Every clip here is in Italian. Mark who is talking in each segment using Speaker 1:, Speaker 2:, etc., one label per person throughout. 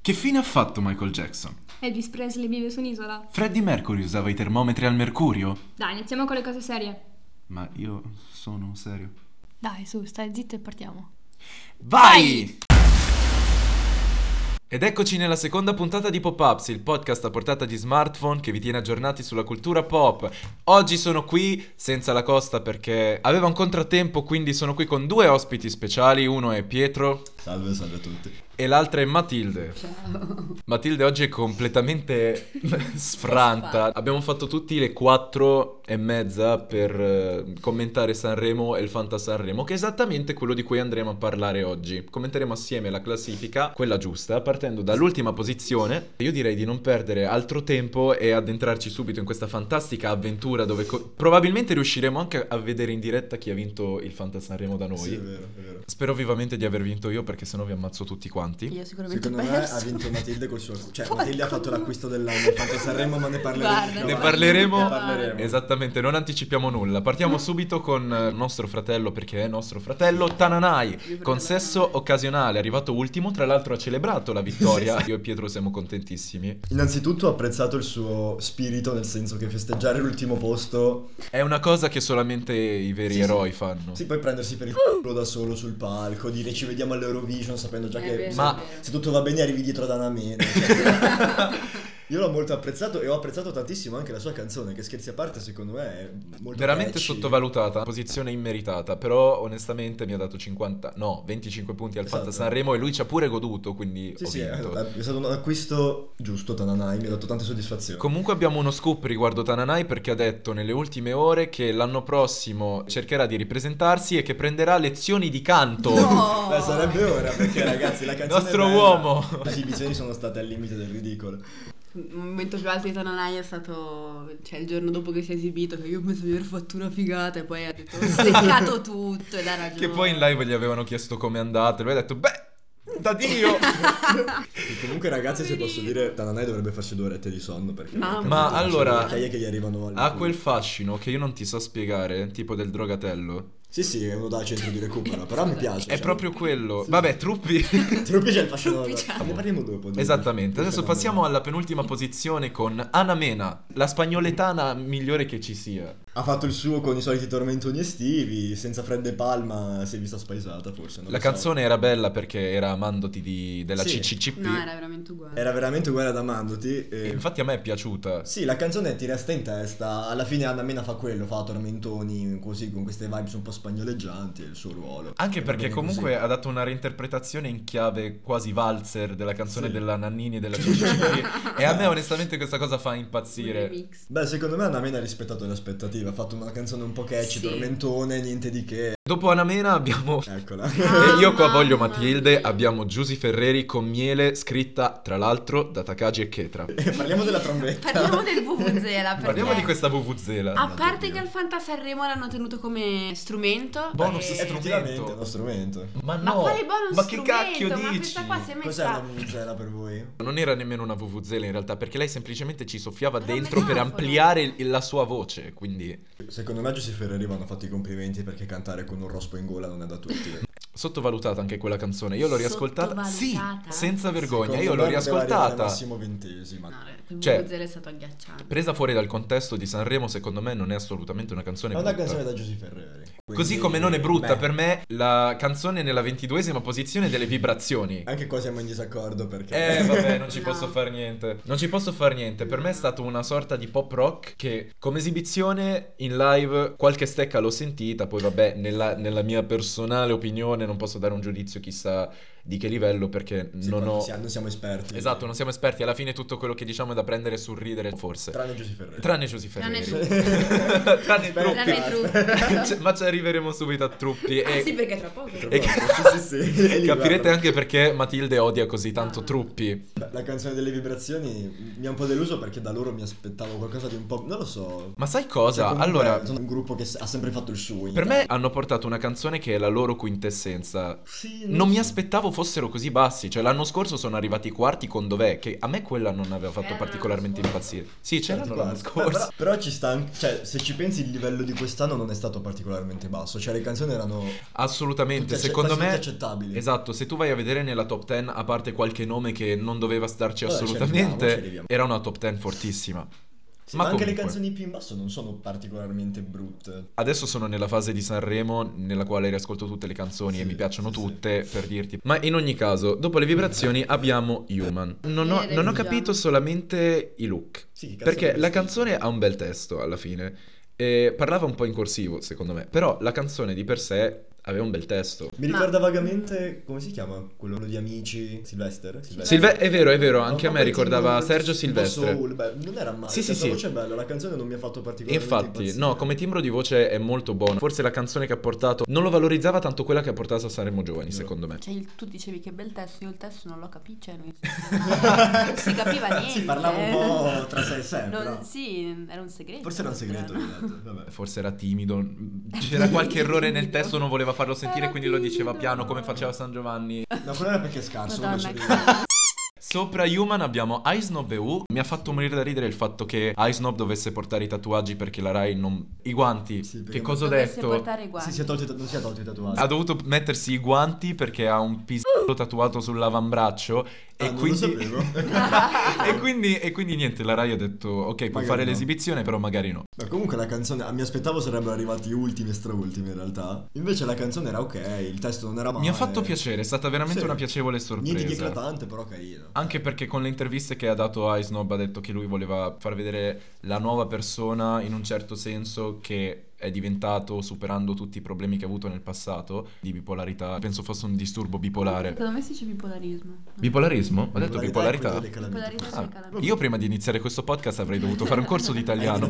Speaker 1: Che fine ha fatto Michael Jackson?
Speaker 2: Elvis Presley vive su un'isola.
Speaker 1: Freddie Mercury usava i termometri al mercurio?
Speaker 2: Dai, iniziamo con le cose serie.
Speaker 1: Ma io sono serio.
Speaker 3: Dai, su, stai zitto e partiamo.
Speaker 1: Vai! Ed eccoci nella seconda puntata di Pop-Ups, il podcast a portata di smartphone che vi tiene aggiornati sulla cultura pop. Oggi sono qui senza la costa perché aveva un contrattempo, quindi sono qui con due ospiti speciali, uno è Pietro
Speaker 4: Salve, salve a tutti.
Speaker 1: e l'altra è Matilde. Matilde oggi è completamente sfranta. Abbiamo fatto tutti le quattro e mezza per eh, commentare Sanremo e il Fanta Sanremo, che è esattamente quello di cui andremo a parlare oggi. Commenteremo assieme la classifica, quella giusta, partendo dall'ultima posizione. Io direi di non perdere altro tempo e addentrarci subito in questa fantastica avventura dove co- probabilmente riusciremo anche a vedere in diretta chi ha vinto il Fanta Sanremo da noi.
Speaker 4: Sì, è vero, è vero.
Speaker 1: Spero vivamente di aver vinto io perché sennò vi ammazzo tutti quanti.
Speaker 5: Io sicuramente ho
Speaker 4: Secondo me ha
Speaker 5: perso.
Speaker 4: vinto Matilde col suo acquisto. Cioè,
Speaker 5: Porco.
Speaker 4: Matilde ha fatto l'acquisto dell'anno, ha fatto Sanremo, ma ne parleremo.
Speaker 5: Guarda,
Speaker 4: più
Speaker 5: ne
Speaker 1: Ne
Speaker 4: avanti.
Speaker 1: parleremo.
Speaker 4: Ne parleremo.
Speaker 1: Esattamente, non anticipiamo nulla. Partiamo subito con eh, nostro fratello, perché è nostro fratello Tananai. Consesso occasionale, arrivato ultimo, tra l'altro ha celebrato la vittoria. Io e Pietro siamo contentissimi.
Speaker 4: Innanzitutto ho apprezzato il suo spirito, nel senso che festeggiare l'ultimo posto,
Speaker 1: È una cosa che solamente i veri
Speaker 4: Sì, sì.
Speaker 1: eroi fanno.
Speaker 4: sì, poi prendersi per il culo da solo sul palco, dire ci vediamo all'Eurovision sapendo già
Speaker 5: È
Speaker 4: che
Speaker 5: vero,
Speaker 4: se-
Speaker 1: Ma-
Speaker 5: è vero.
Speaker 4: se tutto va bene arrivi dietro ad Anna Mena. Cioè, io l'ho molto apprezzato e ho apprezzato tantissimo anche la sua canzone, che scherzi a parte secondo me è molto
Speaker 1: Veramente
Speaker 4: catchy.
Speaker 1: sottovalutata, posizione immeritata, però onestamente mi ha dato 50, no, 25 punti al
Speaker 4: Esatto.
Speaker 1: Fanta Sanremo e lui ci ha pure goduto, quindi
Speaker 4: Sì, eh,
Speaker 1: ho
Speaker 4: sì, è,
Speaker 1: vinto.
Speaker 4: è stato un acquisto giusto Tananai, mi ha dato tante soddisfazioni.
Speaker 1: Comunque abbiamo uno scoop riguardo Tananai perché ha detto nelle ultime ore che l'anno prossimo cercherà di ripresentarsi e che prenderà lezioni di canto.
Speaker 5: No!
Speaker 4: Beh, sarebbe ora perché ragazzi la canzone
Speaker 1: Ah. Nostro
Speaker 4: è bella.
Speaker 1: uomo.
Speaker 4: Le esibizioni sono state al limite del ridicolo.
Speaker 5: Il momento più alto di Tananai è stato cioè, il giorno dopo che si è esibito, che io penso di aver fatto una figata e poi ha detto ho steccato tutto ed ha ragione.
Speaker 1: Che poi in live gli avevano chiesto come è andata e lui ha detto beh, da Dio!
Speaker 4: E comunque ragazzi, se posso dire, Tananai dovrebbe farci due orette di sonno perché
Speaker 5: Mamma
Speaker 4: capito,
Speaker 1: Ma
Speaker 4: ci sono
Speaker 1: allora-
Speaker 4: le caie che gli arrivano al
Speaker 1: ha quel fascino che io non ti so spiegare, tipo del drogatello.
Speaker 4: Sì, sì, è uno da centro di recupero, però mi piace.
Speaker 1: È
Speaker 4: cioè.
Speaker 1: proprio quello. Vabbè, truppi.
Speaker 4: Ti lo piace il fascino?
Speaker 5: Troppi c'è.
Speaker 4: Ne parliamo dopo. dopo.
Speaker 1: Esattamente, adesso
Speaker 4: Fenomeno.
Speaker 1: passiamo alla penultima posizione con Ana Mena, la spagnoletana migliore che ci sia.
Speaker 4: Ha fatto il suo con i soliti tormentoni estivi, senza fredde palma, si è vista spaesata forse. non
Speaker 1: La
Speaker 4: lo so.
Speaker 1: canzone era bella perché era amandoti di- della
Speaker 4: Sì.
Speaker 1: CCCP.
Speaker 5: No, era veramente uguale.
Speaker 4: Era veramente uguale ad Amandoti. e-
Speaker 1: E Infatti a me è piaciuta.
Speaker 4: Sì, la canzone ti resta in testa, alla fine Anna Mena fa quello, fa tormentoni così con queste vibes un po' spagnoleggianti, è il suo ruolo.
Speaker 1: Anche
Speaker 4: E va
Speaker 1: perché
Speaker 4: bene così.
Speaker 1: comunque ha dato una reinterpretazione in chiave quasi valzer della canzone
Speaker 4: Sì.
Speaker 1: della Nannini e della CCCP. e a me onestamente questa cosa fa impazzire.
Speaker 5: remix.
Speaker 4: Beh, secondo me Anna Mena ha rispettato le aspettative, ha fatto una canzone un po' catchy,
Speaker 5: Sì.
Speaker 4: tormentone, niente di che.
Speaker 1: Dopo Ana Mena abbiamo...
Speaker 4: Eccola.
Speaker 1: E io qua
Speaker 5: Ah, Mamma
Speaker 1: voglio Matilde,
Speaker 5: mia.
Speaker 1: abbiamo Giusy Ferreri con miele, scritta tra l'altro da Takagi e
Speaker 5: Eh,
Speaker 1: Chetra.
Speaker 4: Parliamo della trombetta.
Speaker 5: Parliamo del Vuvuzela perché...
Speaker 1: Parliamo di questa Vuvuzela.
Speaker 5: A parte che al Fanta Sanremo l'hanno tenuto come strumento.
Speaker 1: Bonus
Speaker 5: eh,
Speaker 4: È effettivamente uno strumento.
Speaker 1: Ma no,
Speaker 5: Ma quale bonus
Speaker 1: ma che
Speaker 5: strumento?
Speaker 1: cacchio
Speaker 5: Ma
Speaker 1: dici?
Speaker 5: questa qua si è
Speaker 4: Cos'è la
Speaker 5: messa...
Speaker 4: musela per voi?
Speaker 1: Non era nemmeno una Vuvuzela in realtà, perché lei semplicemente ci soffiava
Speaker 5: Era un
Speaker 1: dentro per
Speaker 5: microfono.
Speaker 1: ampliare il- la sua voce, quindi
Speaker 4: Secondo me Giussi Ferreri vanno fatti i complimenti perché cantare con un rospo in gola non è da tutti.
Speaker 1: Boh, sottovalutata anche quella canzone. Io l'ho riascoltata sì,
Speaker 5: Sottovalutata?
Speaker 1: senza vergogna,
Speaker 4: Secondo
Speaker 1: io l'ho
Speaker 4: me poteva arrivare
Speaker 1: riascoltata.
Speaker 4: Massimo ventesima.
Speaker 5: No, quel
Speaker 1: Cioè-
Speaker 5: Vuvuzela è stato agghiacciante.
Speaker 1: Presa fuori dal contesto di Sanremo, secondo me non è assolutamente una canzone
Speaker 4: È una
Speaker 1: brutta.
Speaker 4: canzone da Giussi Ferreri.
Speaker 1: Così
Speaker 4: Quindi,
Speaker 1: come non è brutta
Speaker 4: beh.
Speaker 1: per me la canzone nella ventiduesima posizione delle vibrazioni.
Speaker 4: Anche qua siamo in disaccordo perché...
Speaker 1: Eh vabbè, non ci
Speaker 5: No.
Speaker 1: posso far niente. Non ci posso far niente. Per me è stato una sorta di pop rock che come esibizione in live qualche stecca l'ho sentita, poi vabbè, nella, nella mia personale opinione non posso dare un giudizio chissà di che livello perché
Speaker 4: Sì,
Speaker 1: non
Speaker 4: poi
Speaker 1: ho...
Speaker 4: sì, non siamo esperti.
Speaker 1: Esatto, non siamo esperti, alla fine tutto quello che diciamo è da prendere e sorridere, forse.
Speaker 4: Tranne Giussi Ferreri.
Speaker 1: Tranne Giusy
Speaker 5: Tranne
Speaker 1: Ferreri.
Speaker 4: Truppi.
Speaker 1: Tranne
Speaker 4: Beh,
Speaker 1: Truppi.
Speaker 5: Tranne Truppi.
Speaker 1: Cioè, Ma ci arriveremo subito a Truppi
Speaker 5: Ah,
Speaker 1: e
Speaker 5: sì, perché tra poco.
Speaker 4: Tra
Speaker 1: E-
Speaker 4: poco, sì, sì, sì. E lì
Speaker 1: capirete
Speaker 4: guarda.
Speaker 1: anche perché Matilde odia così tanto
Speaker 5: Ah.
Speaker 1: Truppi.
Speaker 4: La canzone delle vibrazioni mi ha un po' deluso perché da loro mi aspettavo qualcosa di un po'... Non lo so.
Speaker 1: Ma sai cosa?
Speaker 4: Cioè, comunque,
Speaker 1: allora,
Speaker 4: Sono un gruppo che s- ha sempre fatto il suo. in
Speaker 1: Per me
Speaker 4: Italia.
Speaker 1: hanno portato una canzone che è la loro quintessenza.
Speaker 4: Sì,
Speaker 1: Non mi
Speaker 4: so.
Speaker 1: aspettavo fossero così bassi. Cioè, l'anno scorso sono arrivati i quarti con Dov'è, che a me quella non aveva fatto
Speaker 5: C'erano
Speaker 1: particolarmente
Speaker 5: l'anno
Speaker 1: impazzire. Sì, c'erano l'anno
Speaker 4: Beh,
Speaker 1: scorso.
Speaker 4: Certo, però, però ci sta anche, cioè se ci pensi il livello di quest'anno non è stato particolarmente basso, cioè le canzoni erano
Speaker 1: Assolutamente,
Speaker 4: tutte acce-
Speaker 1: secondo me...
Speaker 4: facilmente accettabili.
Speaker 1: Esatto, se tu vai a vedere nella top 10, a parte qualche nome che non doveva starci
Speaker 4: Vabbè, ci
Speaker 1: assolutamente,
Speaker 4: arriviamo, ci arriviamo.
Speaker 1: era una top 10 fortissima.
Speaker 4: Sì,
Speaker 1: ma
Speaker 4: ma, anche
Speaker 1: comunque.
Speaker 4: le canzoni più in basso non sono particolarmente brutte.
Speaker 1: Adesso sono nella fase di Sanremo nella quale riascolto tutte le canzoni e
Speaker 4: Sì,
Speaker 1: mi piacciono
Speaker 4: sì, sì.
Speaker 1: tutte per dirti. Ma in ogni caso, dopo le vibrazioni abbiamo Human. Non ho,
Speaker 5: Eh,
Speaker 1: non ho
Speaker 5: dai,
Speaker 1: capito
Speaker 5: Human.
Speaker 1: solamente i look.
Speaker 4: Sì, che cazzo
Speaker 1: Perché
Speaker 4: di
Speaker 1: la
Speaker 4: vestiti?
Speaker 1: canzone ha un bel testo alla fine. E parlava un po' in corsivo, secondo me. Però la canzone di per sé aveva un bel testo.
Speaker 4: Mi
Speaker 5: Ma-
Speaker 4: ricorda vagamente come si chiama quello di amici Silvester?
Speaker 1: Silve- è vero, è vero,
Speaker 4: Ma
Speaker 1: anche a me
Speaker 4: proprio
Speaker 1: ricordava
Speaker 4: tipo-
Speaker 1: Sergio
Speaker 4: tipo
Speaker 1: Silvestre.
Speaker 4: soul, beh, non era male.
Speaker 1: Sì, sì,
Speaker 4: cioè,
Speaker 1: sì.
Speaker 4: La voce è bella, la canzone non mi ha fatto particolarmente
Speaker 1: Infatti, no,
Speaker 4: impazzire.
Speaker 1: come timbro di voce è molto buono. Forse la canzone che ha portato non lo valorizzava tanto quella che ha portato a Sanremo Giovani,
Speaker 4: Vero.
Speaker 1: secondo me.
Speaker 5: Cioè, il- tu dicevi che bel testo, io il testo non l'ho capito, cioè, non non si capiva niente. eh.
Speaker 4: Si parlava un po' tra sé e sé,
Speaker 5: Non-
Speaker 4: però.
Speaker 5: Sì, era un segreto.
Speaker 4: Forse era un segreto,
Speaker 5: Era-
Speaker 4: esatto, vabbè.
Speaker 1: Forse era timido, c'era qualche errore nel testo, non voleva farlo sentire,
Speaker 5: Era
Speaker 1: quindi lo diceva
Speaker 5: timido.
Speaker 1: piano come faceva San Giovanni.
Speaker 4: No, quello era perché è scarso. uno
Speaker 5: Madonna,
Speaker 4: ci
Speaker 5: che-
Speaker 4: arriva.
Speaker 1: Sopra Human abbiamo Snob e U. Mi ha fatto morire da ridere il fatto che Snob dovesse portare i tatuaggi perché la Rai non... I guanti,
Speaker 4: Sì, perché
Speaker 1: che cosa ho
Speaker 5: Dovesse
Speaker 1: detto?
Speaker 5: portare i guanti.
Speaker 4: Sì, si è tolto i ta- non si è tolto i tatuaggi.
Speaker 1: Ha dovuto mettersi i guanti perché ha un pistolo tatuato sull'avambraccio
Speaker 4: Ah,
Speaker 1: e
Speaker 4: non
Speaker 1: quindi...
Speaker 4: lo sapevo.
Speaker 1: e, quindi, e quindi niente, la Rai ha detto ok, puoi
Speaker 4: Magari
Speaker 1: fare
Speaker 4: no.
Speaker 1: l'esibizione, però magari no.
Speaker 4: Ma comunque la canzone, ah, mi aspettavo sarebbero arrivati ultimi e straultimi in realtà. Invece la canzone era ok, il testo non era male.
Speaker 1: Mi ha fatto piacere, è stata veramente
Speaker 4: eh, Sì.
Speaker 1: una piacevole sorpresa. Ah,
Speaker 4: Niente di eclatante, però carino.
Speaker 1: Anche perché con le interviste che ha dato a Snob ha detto che lui voleva far vedere la nuova persona in un certo senso che è diventato superando tutti i problemi che ha avuto nel passato di bipolarità. Penso fosse un disturbo bipolare.
Speaker 5: Secondo me si dice bipolarismo.
Speaker 1: Bipolarismo? Ho detto bipolarità.
Speaker 5: Bipolarità
Speaker 1: Ah,
Speaker 5: c'è calamita.
Speaker 1: io prima di iniziare questo podcast avrei dovuto fare un corso di italiano.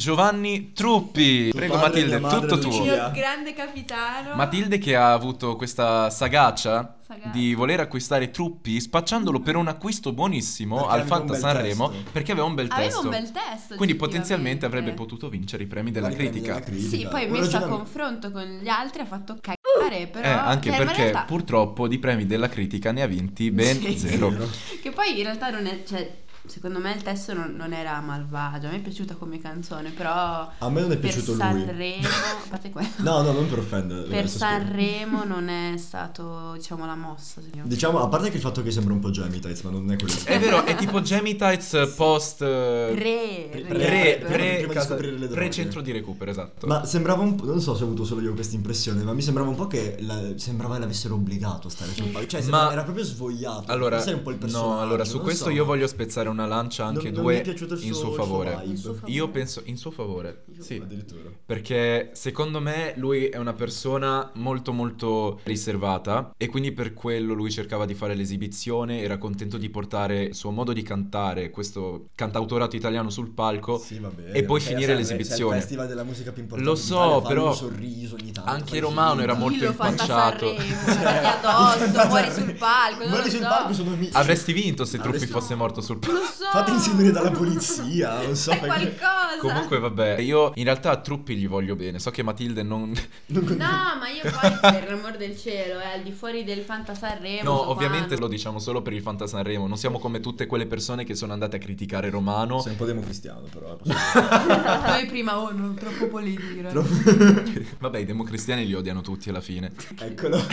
Speaker 1: Giovanni Truppi. Prego
Speaker 4: padre,
Speaker 1: Matilde,
Speaker 4: mia madre,
Speaker 1: tutto tuo.
Speaker 4: Lucia.
Speaker 5: Mio grande capitano.
Speaker 1: Matilde che ha avuto questa sagaccia
Speaker 2: Sagaccia.
Speaker 1: di voler acquistare truppi spacciandolo per un acquisto buonissimo
Speaker 4: Perché
Speaker 1: al
Speaker 4: aveva un
Speaker 1: Fanta
Speaker 4: bel
Speaker 1: Sanremo
Speaker 4: testo.
Speaker 1: perché aveva un bel
Speaker 5: Aveva
Speaker 1: testo.
Speaker 5: un bel testo.
Speaker 1: Quindi
Speaker 5: oggettivamente.
Speaker 1: potenzialmente avrebbe potuto vincere i premi della critica.
Speaker 5: Sì, poi
Speaker 4: Un
Speaker 5: messo a
Speaker 4: ragionamento-
Speaker 5: confronto con gli altri ha fatto cagare, però...
Speaker 1: Eh, anche
Speaker 5: cioè, ma in
Speaker 1: perché
Speaker 5: realtà-
Speaker 1: purtroppo di premi della critica ne ha vinti ben
Speaker 5: Sì.
Speaker 1: zero.
Speaker 5: Che poi in realtà non è... Cioè, secondo me il testo non, non era malvagio, a me è piaciuta come canzone, però...
Speaker 4: A me non è
Speaker 5: Per
Speaker 4: piaciuto lui.
Speaker 5: Sanremo... A parte quello.
Speaker 4: No, no, non per offendere.
Speaker 5: Per
Speaker 4: adesso scusa.
Speaker 5: Sanremo non è stato, diciamo, la mossa. secondo me.
Speaker 4: Diciamo, a parte che il fatto che sembra un po' Jamie Tights, ma non è quello.
Speaker 1: È vero, è tipo Jamie Tights post eh,
Speaker 5: Pre...
Speaker 1: pre,
Speaker 4: Pre- Prima-
Speaker 1: pre,
Speaker 4: prima di
Speaker 1: casa-
Speaker 4: scoprire le droghe.
Speaker 1: pre-centro di recupero, esatto.
Speaker 4: Ma sembrava un po', non so se ho avuto solo io questa impressione, ma mi sembrava un po' che la- sembrava l'avessero obbligato a stare sul palco, cioè sembrava-
Speaker 1: Ma-
Speaker 4: era proprio svogliato.
Speaker 1: Allora,
Speaker 4: Sai un po' il personaggio.
Speaker 1: no, allora su
Speaker 4: non
Speaker 1: questo
Speaker 4: so.
Speaker 1: io voglio spezzare una lancia anche
Speaker 4: Non- non mi
Speaker 1: due
Speaker 4: è piaciuto il
Speaker 1: in
Speaker 4: suo-
Speaker 1: suo
Speaker 4: il suo
Speaker 1: favore.
Speaker 4: vibe. Il suo
Speaker 1: Io penso in suo favore. Sì.
Speaker 4: Addirittura.
Speaker 1: Perché secondo me lui è una persona molto molto riservata e quindi per quello lui cercava di fare l'esibizione, era contento di portare il suo modo di cantare, questo cantautorato italiano sul palco.
Speaker 4: Sì, va bene,
Speaker 1: e poi
Speaker 4: perché
Speaker 1: finire
Speaker 4: sai,
Speaker 1: l'esibizione.
Speaker 4: sai, Il festival della musica più importante.
Speaker 1: Lo so,
Speaker 4: d'Italia, fanno
Speaker 1: però
Speaker 4: un sorriso ogni tanto.
Speaker 1: anche
Speaker 4: fai
Speaker 1: Romano
Speaker 4: finta.
Speaker 1: era molto
Speaker 5: Dillo, Fanta
Speaker 1: impacciato.
Speaker 5: Sanremo, dagli addosso, muori sul palco, non
Speaker 4: Cioè, Muori
Speaker 5: lo
Speaker 4: sul
Speaker 5: so.
Speaker 4: palco sono amici.
Speaker 1: Avresti vinto se Truppi
Speaker 4: Avresti-
Speaker 1: fosse morto sul palco.
Speaker 5: Non lo so.
Speaker 4: Fate inseguire dalla polizia, non so.
Speaker 5: Fai
Speaker 4: fai-
Speaker 5: qualcosa.
Speaker 1: Comunque vabbè, io in realtà a Truppi gli voglio bene, so che Matilde non...
Speaker 4: non con-
Speaker 5: No, ma io poi, per l'amor del cielo, eh, al di fuori del Fanta Sanremo. so
Speaker 1: No,
Speaker 5: qua,
Speaker 1: ovviamente
Speaker 5: non-
Speaker 1: lo diciamo solo per il Fanta Sanremo, non siamo come tutte quelle persone che sono andate a criticare Romano.
Speaker 4: Sei un po' democristiano, però. eh,
Speaker 5: Noi prima, oh, non troppo politico. eh.
Speaker 4: Troppo-
Speaker 1: Vabbè, i democristiani li odiano tutti alla fine.
Speaker 4: Eccolo.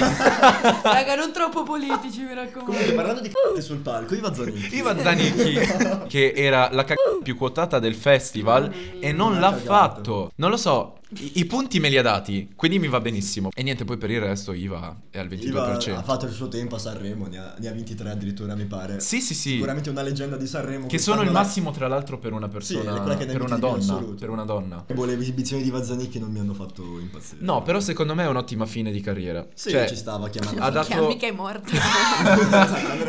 Speaker 5: Raga, non troppo politici, mi raccomando.
Speaker 4: Comunque, parlando di c***e sul palco, Iva Zanicchi.
Speaker 1: Ivan Zanicchi, che era la cagata più quotata del festival e non
Speaker 4: Non
Speaker 1: l'ha
Speaker 4: l'ha cagato.
Speaker 1: fatto. Non lo so, i, i punti me li ha dati, quindi mi va benissimo. E niente, poi per il resto Iva è al 22%.
Speaker 4: Iva ha fatto il suo tempo a Sanremo, ne ha, ne ha 23 addirittura, mi pare.
Speaker 1: Sì, sì, sì.
Speaker 4: Sicuramente una leggenda di Sanremo.
Speaker 1: Che sono il
Speaker 4: quest'anno la-
Speaker 1: massimo, tra l'altro, per una persona.
Speaker 4: è quella che ne
Speaker 1: per una
Speaker 4: metti di più in
Speaker 1: donna.
Speaker 4: assoluto.
Speaker 1: Per una donna.
Speaker 4: Boh, le esibizioni di Vazzanicchi non mi hanno fatto impazzire.
Speaker 1: No, però secondo me è un'ottima fine di carriera.
Speaker 4: Sì,
Speaker 1: cioè,
Speaker 4: ci stava chiamando.
Speaker 1: ha dato-
Speaker 5: Che amica è morta.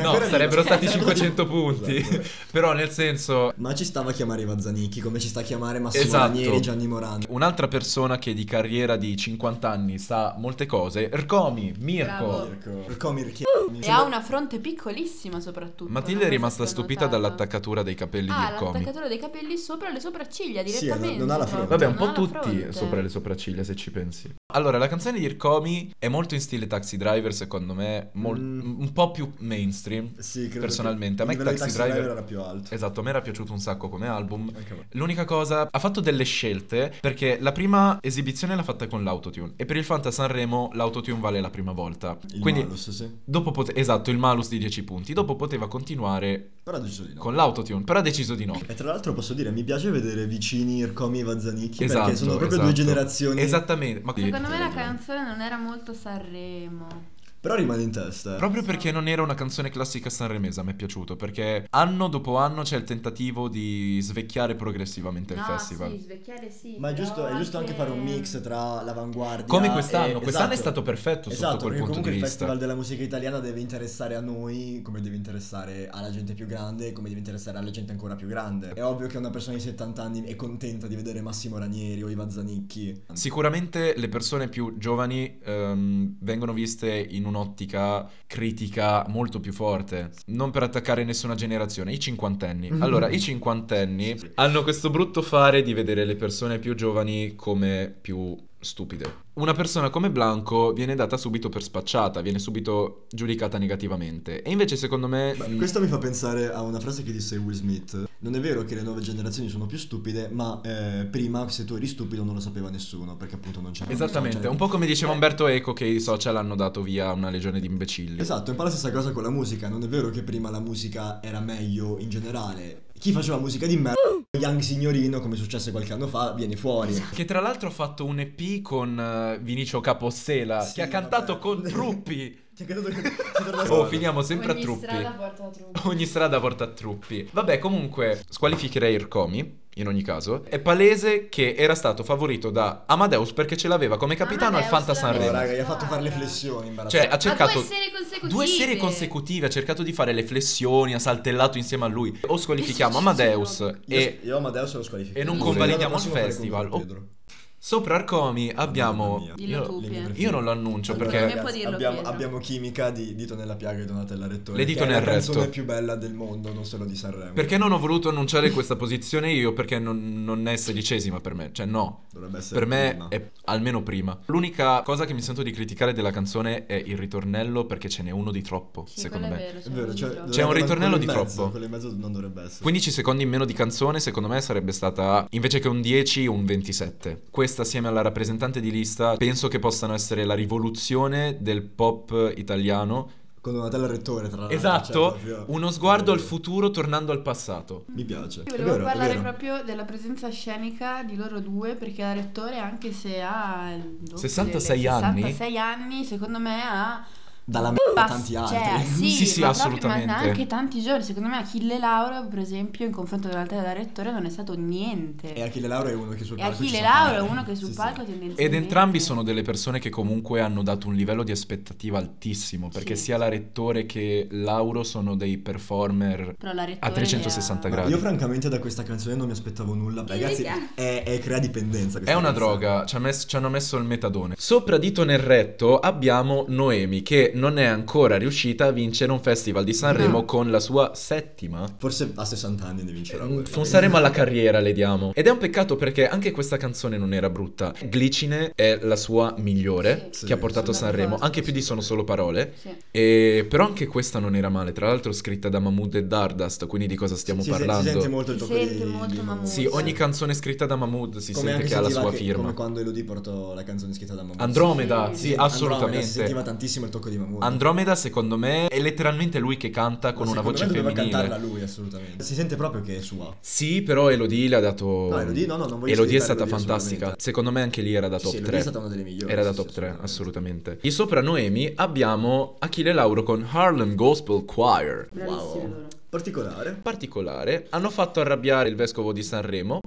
Speaker 1: No, sarebbero
Speaker 4: Cioè,
Speaker 1: stati 500 punti.
Speaker 4: Esatto.
Speaker 1: Però nel senso,
Speaker 4: Ma ci stava a chiamare Iva Zanicchi, come ci sta a chiamare Massimo
Speaker 1: Esatto.
Speaker 4: Ranieri, Gianni Morandi.
Speaker 1: un'altra persona che di carriera di 50 anni sa molte cose, Ercomi, Mirko.
Speaker 5: Bravo.
Speaker 4: Mirko. Comir che...
Speaker 5: Uh, e ha una fronte piccolissima, soprattutto.
Speaker 1: Matilde è
Speaker 5: non so
Speaker 1: rimasta
Speaker 5: se ho
Speaker 1: stupita
Speaker 5: notato.
Speaker 1: dall'attaccatura dei capelli
Speaker 5: Ah,
Speaker 1: di Ercomi.
Speaker 5: l'attaccatore dei capelli sopra le sopracciglia
Speaker 4: Sì,
Speaker 5: direttamente.
Speaker 4: non- non ha la
Speaker 5: proprio,
Speaker 1: Vabbè,
Speaker 4: fronte.
Speaker 1: un
Speaker 5: non
Speaker 1: po'
Speaker 5: ha la
Speaker 1: tutti
Speaker 5: fronte.
Speaker 1: sopra le sopracciglia, se ci pensi. Allora, la canzone di Irkomi è molto in stile Taxi Driver, secondo me, mol-
Speaker 4: Mm.
Speaker 1: un po' più mainstream.
Speaker 4: Sì, credo che
Speaker 1: Personalmente, a me
Speaker 4: il livello di
Speaker 1: Taxi
Speaker 4: Taxi Driver
Speaker 1: Driver-
Speaker 4: era più alto.
Speaker 1: Esatto, a me era piaciuto un sacco come album.
Speaker 4: Anche a me.
Speaker 1: L'unica cosa, ha fatto delle scelte perché la prima esibizione l'ha fatta con l'autotune e per il Fanta Sanremo l'autotune vale la prima volta.
Speaker 4: Il
Speaker 1: Quindi,
Speaker 4: malus, sì.
Speaker 1: dopo pote- esatto, il malus di 10 punti. Dopo poteva continuare
Speaker 4: Però ha deciso di no.
Speaker 1: con l'autotune, però ha deciso di no.
Speaker 4: E tra l'altro posso dire, mi piace vedere vicini Irkomi e Vanzanichi
Speaker 1: Esatto,
Speaker 4: perché sono proprio
Speaker 1: esatto.
Speaker 4: due generazioni.
Speaker 1: Esattamente, ma
Speaker 5: Secondo me la
Speaker 4: Sì.
Speaker 5: canzone non era molto Sanremo.
Speaker 4: Però rimane in testa. eh.
Speaker 1: Proprio perché non era una canzone classica sanremesa, mi è piaciuto, perché anno dopo anno c'è il tentativo di svecchiare progressivamente il festival.
Speaker 5: Ah, Sì, svecchiare sì.
Speaker 4: Ma è
Speaker 5: però
Speaker 4: giusto, è giusto anche fare un mix tra l'avanguardia
Speaker 1: Come quest'anno,
Speaker 4: e-
Speaker 1: quest'anno è
Speaker 4: ah, esatto.
Speaker 1: stato perfetto
Speaker 4: Esatto,
Speaker 1: sotto quel
Speaker 4: perché
Speaker 1: punto di
Speaker 4: comunque il
Speaker 1: vista.
Speaker 4: Festival della Musica Italiana deve interessare a noi come deve interessare alla gente più grande, come deve interessare alla gente ancora più grande. È ovvio che una persona di 70 anni è contenta di vedere Massimo Ranieri o Ivan Zanicchi.
Speaker 1: Sicuramente le persone più giovani ehm, vengono viste in un'ottica critica molto più forte. Non per attaccare nessuna generazione, i cinquantenni.
Speaker 4: Mhm.
Speaker 1: Allora, i cinquantenni hanno questo brutto fare di vedere le persone più giovani come più stupide. Una persona come Blanco viene data subito per spacciata, viene subito giudicata negativamente. E invece, secondo me.
Speaker 4: Beh,
Speaker 1: mh,
Speaker 4: questo mi fa pensare a una frase che disse Will Smith. Non è vero che le nuove generazioni sono più stupide, ma eh, prima se tu eri stupido non lo sapeva nessuno, perché appunto non c'era
Speaker 1: Esattamente,
Speaker 4: cioè-
Speaker 1: un po' come diceva
Speaker 4: Eh,
Speaker 1: Umberto Eco che i social hanno dato via a una legione di imbecilli.
Speaker 4: Esatto, è un po' la stessa cosa con la musica. Non è vero che prima la musica era meglio in generale. Chi faceva musica di merda,
Speaker 5: Mm.
Speaker 4: Young Signorino, come successe qualche anno fa, viene fuori.
Speaker 5: Esatto.
Speaker 1: Che tra l'altro ha fatto un EP con eh, Vinicio Capossela
Speaker 4: Sì,
Speaker 1: che ha cantato
Speaker 4: vabbè.
Speaker 1: con Truppi.
Speaker 4: Ti è creduto Cioè, che ci torna
Speaker 1: Oh, finiamo sempre a
Speaker 5: Ogni
Speaker 1: Truppi.
Speaker 5: strada porta a Truppi.
Speaker 1: Ogni strada porta a Truppi. Vabbè, comunque, squalificherei Irkomi. In ogni caso, è palese che era stato favorito da Amadeus perché ce l'aveva come capitano
Speaker 5: Amadeus
Speaker 1: al Fanta
Speaker 5: l'aveva-
Speaker 4: Oh,
Speaker 1: Sanremo.
Speaker 4: raga, gli ha fatto fare le flessioni,
Speaker 1: Cioè,
Speaker 4: imbarazzante.
Speaker 1: ha cercato.
Speaker 5: Ma due serie consecutive.
Speaker 1: Due serie consecutive, ha cercato di fare le flessioni, ha saltellato insieme a lui. O squalifichiamo
Speaker 5: Sì, sì, sì,
Speaker 1: Amadeus
Speaker 4: Io,
Speaker 1: e
Speaker 4: io Amadeus lo squalifico.
Speaker 1: e non
Speaker 4: Io
Speaker 1: convalidiamo
Speaker 4: l'anno
Speaker 1: il
Speaker 4: prossimo
Speaker 1: festival.
Speaker 4: farei contro Pedro.
Speaker 1: sopra Arcomi abbiamo.
Speaker 4: Mamma mia.
Speaker 5: Dillo
Speaker 1: io-
Speaker 5: tu,
Speaker 4: Le
Speaker 5: Pier.
Speaker 4: mie
Speaker 1: io non lo annuncio
Speaker 4: Allora,
Speaker 1: perché.
Speaker 5: può dirlo,
Speaker 4: abbiamo,
Speaker 5: Pietro.
Speaker 4: abbiamo chimica di Dito nella piaga e Donatella Rettore.
Speaker 1: Le dito
Speaker 4: che è
Speaker 1: nel
Speaker 4: la canzone
Speaker 1: retto.
Speaker 4: più bella del mondo, non solo di Sanremo.
Speaker 1: Perché non ho voluto annunciare questa posizione io? Perché non, non è sedicesima per me, cioè no.
Speaker 4: Dovrebbe essere
Speaker 1: Per me
Speaker 4: prima.
Speaker 1: è almeno prima. L'unica cosa che mi sento di criticare della canzone è il ritornello perché ce n'è uno di troppo, secondo me.
Speaker 4: È vero, cioè,
Speaker 5: Cioè,
Speaker 1: C'è un
Speaker 4: dovrebbe-
Speaker 1: ritornello
Speaker 4: quello in
Speaker 1: di
Speaker 4: mezzo,
Speaker 1: troppo.
Speaker 4: Quello in mezzo non dovrebbe essere.
Speaker 1: 15 secondi in meno di canzone, secondo me sarebbe stata invece che un 10, un 27. Questa, assieme alla rappresentante di lista, penso che possano essere la rivoluzione del pop italiano.
Speaker 4: Con Donatella Rettore, tra l'altro. cioè,
Speaker 1: Esatto,
Speaker 4: proprio- Eh,
Speaker 1: uno sguardo al futuro tornando al passato.
Speaker 4: Mi piace. È
Speaker 5: Volevo
Speaker 4: vero, è
Speaker 5: parlare
Speaker 4: vero.
Speaker 5: proprio della presenza scenica di loro due perché la rettore anche se ha il doppio
Speaker 1: 66
Speaker 5: delle-
Speaker 1: anni?
Speaker 5: 66 anni secondo me ha
Speaker 4: Dalla merda a
Speaker 5: Bas-
Speaker 4: tanti
Speaker 5: cioè,
Speaker 4: altri.
Speaker 5: sì,
Speaker 1: Sì, sì,
Speaker 5: ma
Speaker 1: assolutamente.
Speaker 5: proprio- ma anche tanti giorni secondo me Achille Lauro per esempio in confronto con l'altra della rettore non è stato niente
Speaker 4: E Achille Lauro è uno che sul
Speaker 5: e
Speaker 4: palco ci
Speaker 5: Achille
Speaker 4: sa
Speaker 5: Lauro è
Speaker 4: fare.
Speaker 5: uno che sul
Speaker 4: Sì, sì.
Speaker 5: palco tendenzialmente
Speaker 1: Ed entrambi sono delle persone che comunque hanno dato un livello di aspettativa altissimo, perché
Speaker 5: Sì.
Speaker 1: sia la Rettore che Lauro sono dei performer
Speaker 5: però la rettore
Speaker 1: a 360
Speaker 5: li ha-
Speaker 1: gradi.
Speaker 4: Io francamente da questa canzone non mi aspettavo nulla. Ragazzi,
Speaker 5: Elegante.
Speaker 4: è, è crea dipendenza.
Speaker 1: È
Speaker 4: questa
Speaker 1: una
Speaker 4: canzone.
Speaker 1: droga, ci, ha mess- ci hanno messo il metadone. Sopra dito nel retto abbiamo Noemi che non è ancora riuscita a vincere un festival di Sanremo
Speaker 4: Ah.
Speaker 1: con la sua settima.
Speaker 4: Forse a 60 anni ne vincerà.
Speaker 1: Eh,
Speaker 4: quella.
Speaker 1: Non saremo alla carriera, le diamo. Ed è un peccato perché anche questa canzone non era brutta. Glicine è la sua migliore
Speaker 4: Sì.
Speaker 1: che ha portato a
Speaker 5: Sono
Speaker 1: Sanremo,
Speaker 5: d'accordo.
Speaker 1: anche più di Sono Solo Parole.
Speaker 5: Sì.
Speaker 1: E- però anche questa non era male, tra l'altro scritta da Mahmood e Dardust, quindi di cosa stiamo
Speaker 4: Sì, sì, Si
Speaker 1: parlando?
Speaker 4: sente molto il
Speaker 5: Si
Speaker 4: tocco
Speaker 5: sente
Speaker 4: di,
Speaker 5: molto
Speaker 4: di
Speaker 5: Mahmood.
Speaker 1: sì, ogni canzone scritta da Mahmood si
Speaker 4: Come
Speaker 1: sente
Speaker 4: anche
Speaker 1: che ha la
Speaker 4: sentiva
Speaker 1: sua
Speaker 4: che-
Speaker 1: firma.
Speaker 4: Come quando Elodie portò la canzone scritta da Mahmood.
Speaker 1: Andromeda,
Speaker 5: Sì,
Speaker 1: sì,
Speaker 4: Sì, Andromeda, Si
Speaker 1: assolutamente.
Speaker 4: sentiva tantissimo il tocco di Mahmood.
Speaker 1: Andromeda, secondo me, è letteralmente lui che canta con
Speaker 4: Ma
Speaker 1: una
Speaker 4: secondo
Speaker 1: voce
Speaker 4: me doveva
Speaker 1: femminile.
Speaker 4: cantarla lui, assolutamente. Si sente proprio che è sua.
Speaker 1: Sì, però Elodie le ha dato.
Speaker 4: No, Elodie no, no, non voglio
Speaker 1: Elodie è
Speaker 4: scrivere
Speaker 1: stata
Speaker 4: Elodie
Speaker 1: fantastica.
Speaker 4: assolutamente.
Speaker 1: Secondo me anche lì era da
Speaker 4: Sì,
Speaker 1: top
Speaker 4: sì,
Speaker 1: 3.
Speaker 4: Elodie è stata una delle migliori,
Speaker 1: Era da
Speaker 4: sì,
Speaker 1: top
Speaker 4: sì,
Speaker 1: 3, assolutamente. Di sopra Noemi abbiamo Achille Lauro con Harlem Gospel Choir.
Speaker 5: Bravissimi
Speaker 4: Wow.
Speaker 5: loro.
Speaker 4: Particolare.
Speaker 1: Particolare, hanno fatto arrabbiare il vescovo di Sanremo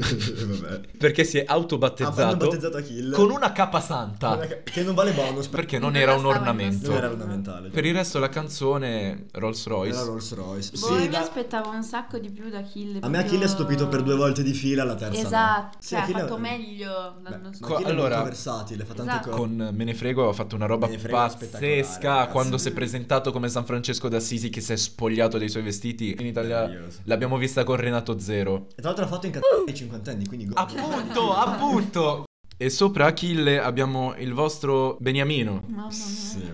Speaker 4: Vabbè.
Speaker 1: perché si è
Speaker 4: Ah, hanno
Speaker 1: autobattezzato
Speaker 4: battezzato Achille.
Speaker 1: con una capa santa.
Speaker 4: Che che non vale bonus perché
Speaker 1: Perché non
Speaker 5: Non
Speaker 1: era un
Speaker 5: bastava il
Speaker 1: ornamento.
Speaker 4: non era ornamentale.
Speaker 1: Per il resto la canzone Rolls
Speaker 4: Era
Speaker 1: Royce.
Speaker 4: Rolls Royce.
Speaker 5: Boh, io
Speaker 4: Sì,
Speaker 5: mi
Speaker 4: ma-
Speaker 5: aspettavo un sacco di più da Achille
Speaker 4: a me Achille ha
Speaker 5: proprio-
Speaker 4: stupito per due volte di fila, la terza no.
Speaker 5: Esatto,
Speaker 4: Sì,
Speaker 5: cioè ha
Speaker 4: Achille-
Speaker 5: fatto meglio
Speaker 4: Beh,
Speaker 5: l'anno
Speaker 4: ma
Speaker 1: Co-
Speaker 5: scorso.
Speaker 4: Achille
Speaker 1: allora-
Speaker 4: è molto versatile, fa tante
Speaker 5: Esatto.
Speaker 4: cose.
Speaker 1: Con Menefrego aveva fatto una roba
Speaker 4: Menefrego era spettacolare,
Speaker 1: pazzesca
Speaker 4: ragazzi.
Speaker 1: quando si è presentato come San Francesco d'Assisi che si è spogliato dei suoi vestiti. In Italia Uh!
Speaker 4: Meraviglioso.
Speaker 1: l'abbiamo vista con Renato Zero.
Speaker 4: E tra l'altro l'ha fatto in cattedra ai cinquantenni, quindi go.
Speaker 1: Appunto, appunto. E sopra Achille abbiamo il vostro Beniamino.
Speaker 3: Mamma mia.
Speaker 4: Sì.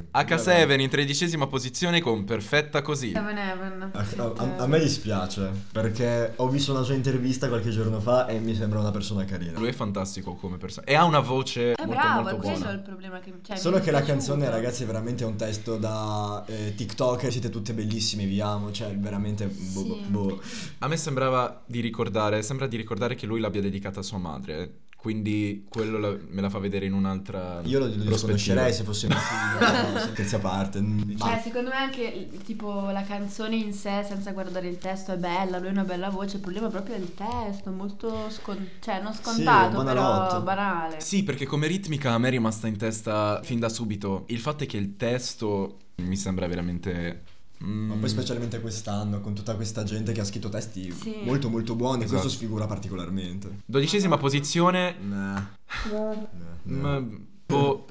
Speaker 1: H7 in tredicesima posizione con perfetta così.
Speaker 5: Seven Heaven.
Speaker 4: A, a-
Speaker 5: Eh.
Speaker 4: a me dispiace perché ho visto una sua intervista qualche giorno fa e mi sembra una persona carina.
Speaker 1: Lui è fantastico come persona. E ha una voce
Speaker 5: È
Speaker 1: molto
Speaker 5: brava,
Speaker 1: molto
Speaker 5: questo è
Speaker 1: buona.
Speaker 5: il problema che cioè,
Speaker 4: Solo
Speaker 5: mi è
Speaker 4: che la
Speaker 5: piaciuta.
Speaker 4: canzone, ragazzi, è veramente un testo da eh, TikToker. Siete tutte bellissime, vi amo. Cioè, veramente. Boh, boh,
Speaker 3: Sì.
Speaker 4: boh.
Speaker 1: A me sembrava di ricordare, sembra di ricordare che lui l'abbia dedicata a sua madre. eh. Quindi quello la- me la fa vedere in un'altra
Speaker 4: Io lo, lo
Speaker 1: prospettiva.
Speaker 4: disconoscerei se fosse mio figlio. no, Scherzi a parte. mm,
Speaker 5: Cioè,
Speaker 4: ma-
Speaker 5: secondo me anche il- tipo la canzone in sé, senza guardare il testo, è bella, lui ha una bella voce, il problema è proprio il testo, è molto scon- cioè, non scontato,
Speaker 4: banalotto.
Speaker 5: però banale.
Speaker 1: Sì, perché come ritmica a me è rimasta in testa fin da subito. Il fatto è che il testo mi sembra veramente... mm,
Speaker 4: Ma poi specialmente quest'anno, con tutta questa gente che ha scritto testi
Speaker 5: Sì.
Speaker 4: molto molto buoni,
Speaker 1: Esatto.
Speaker 4: questo sfigura particolarmente.
Speaker 1: Dodicesima posizione...
Speaker 4: Nah. Nah.
Speaker 1: ma- boh,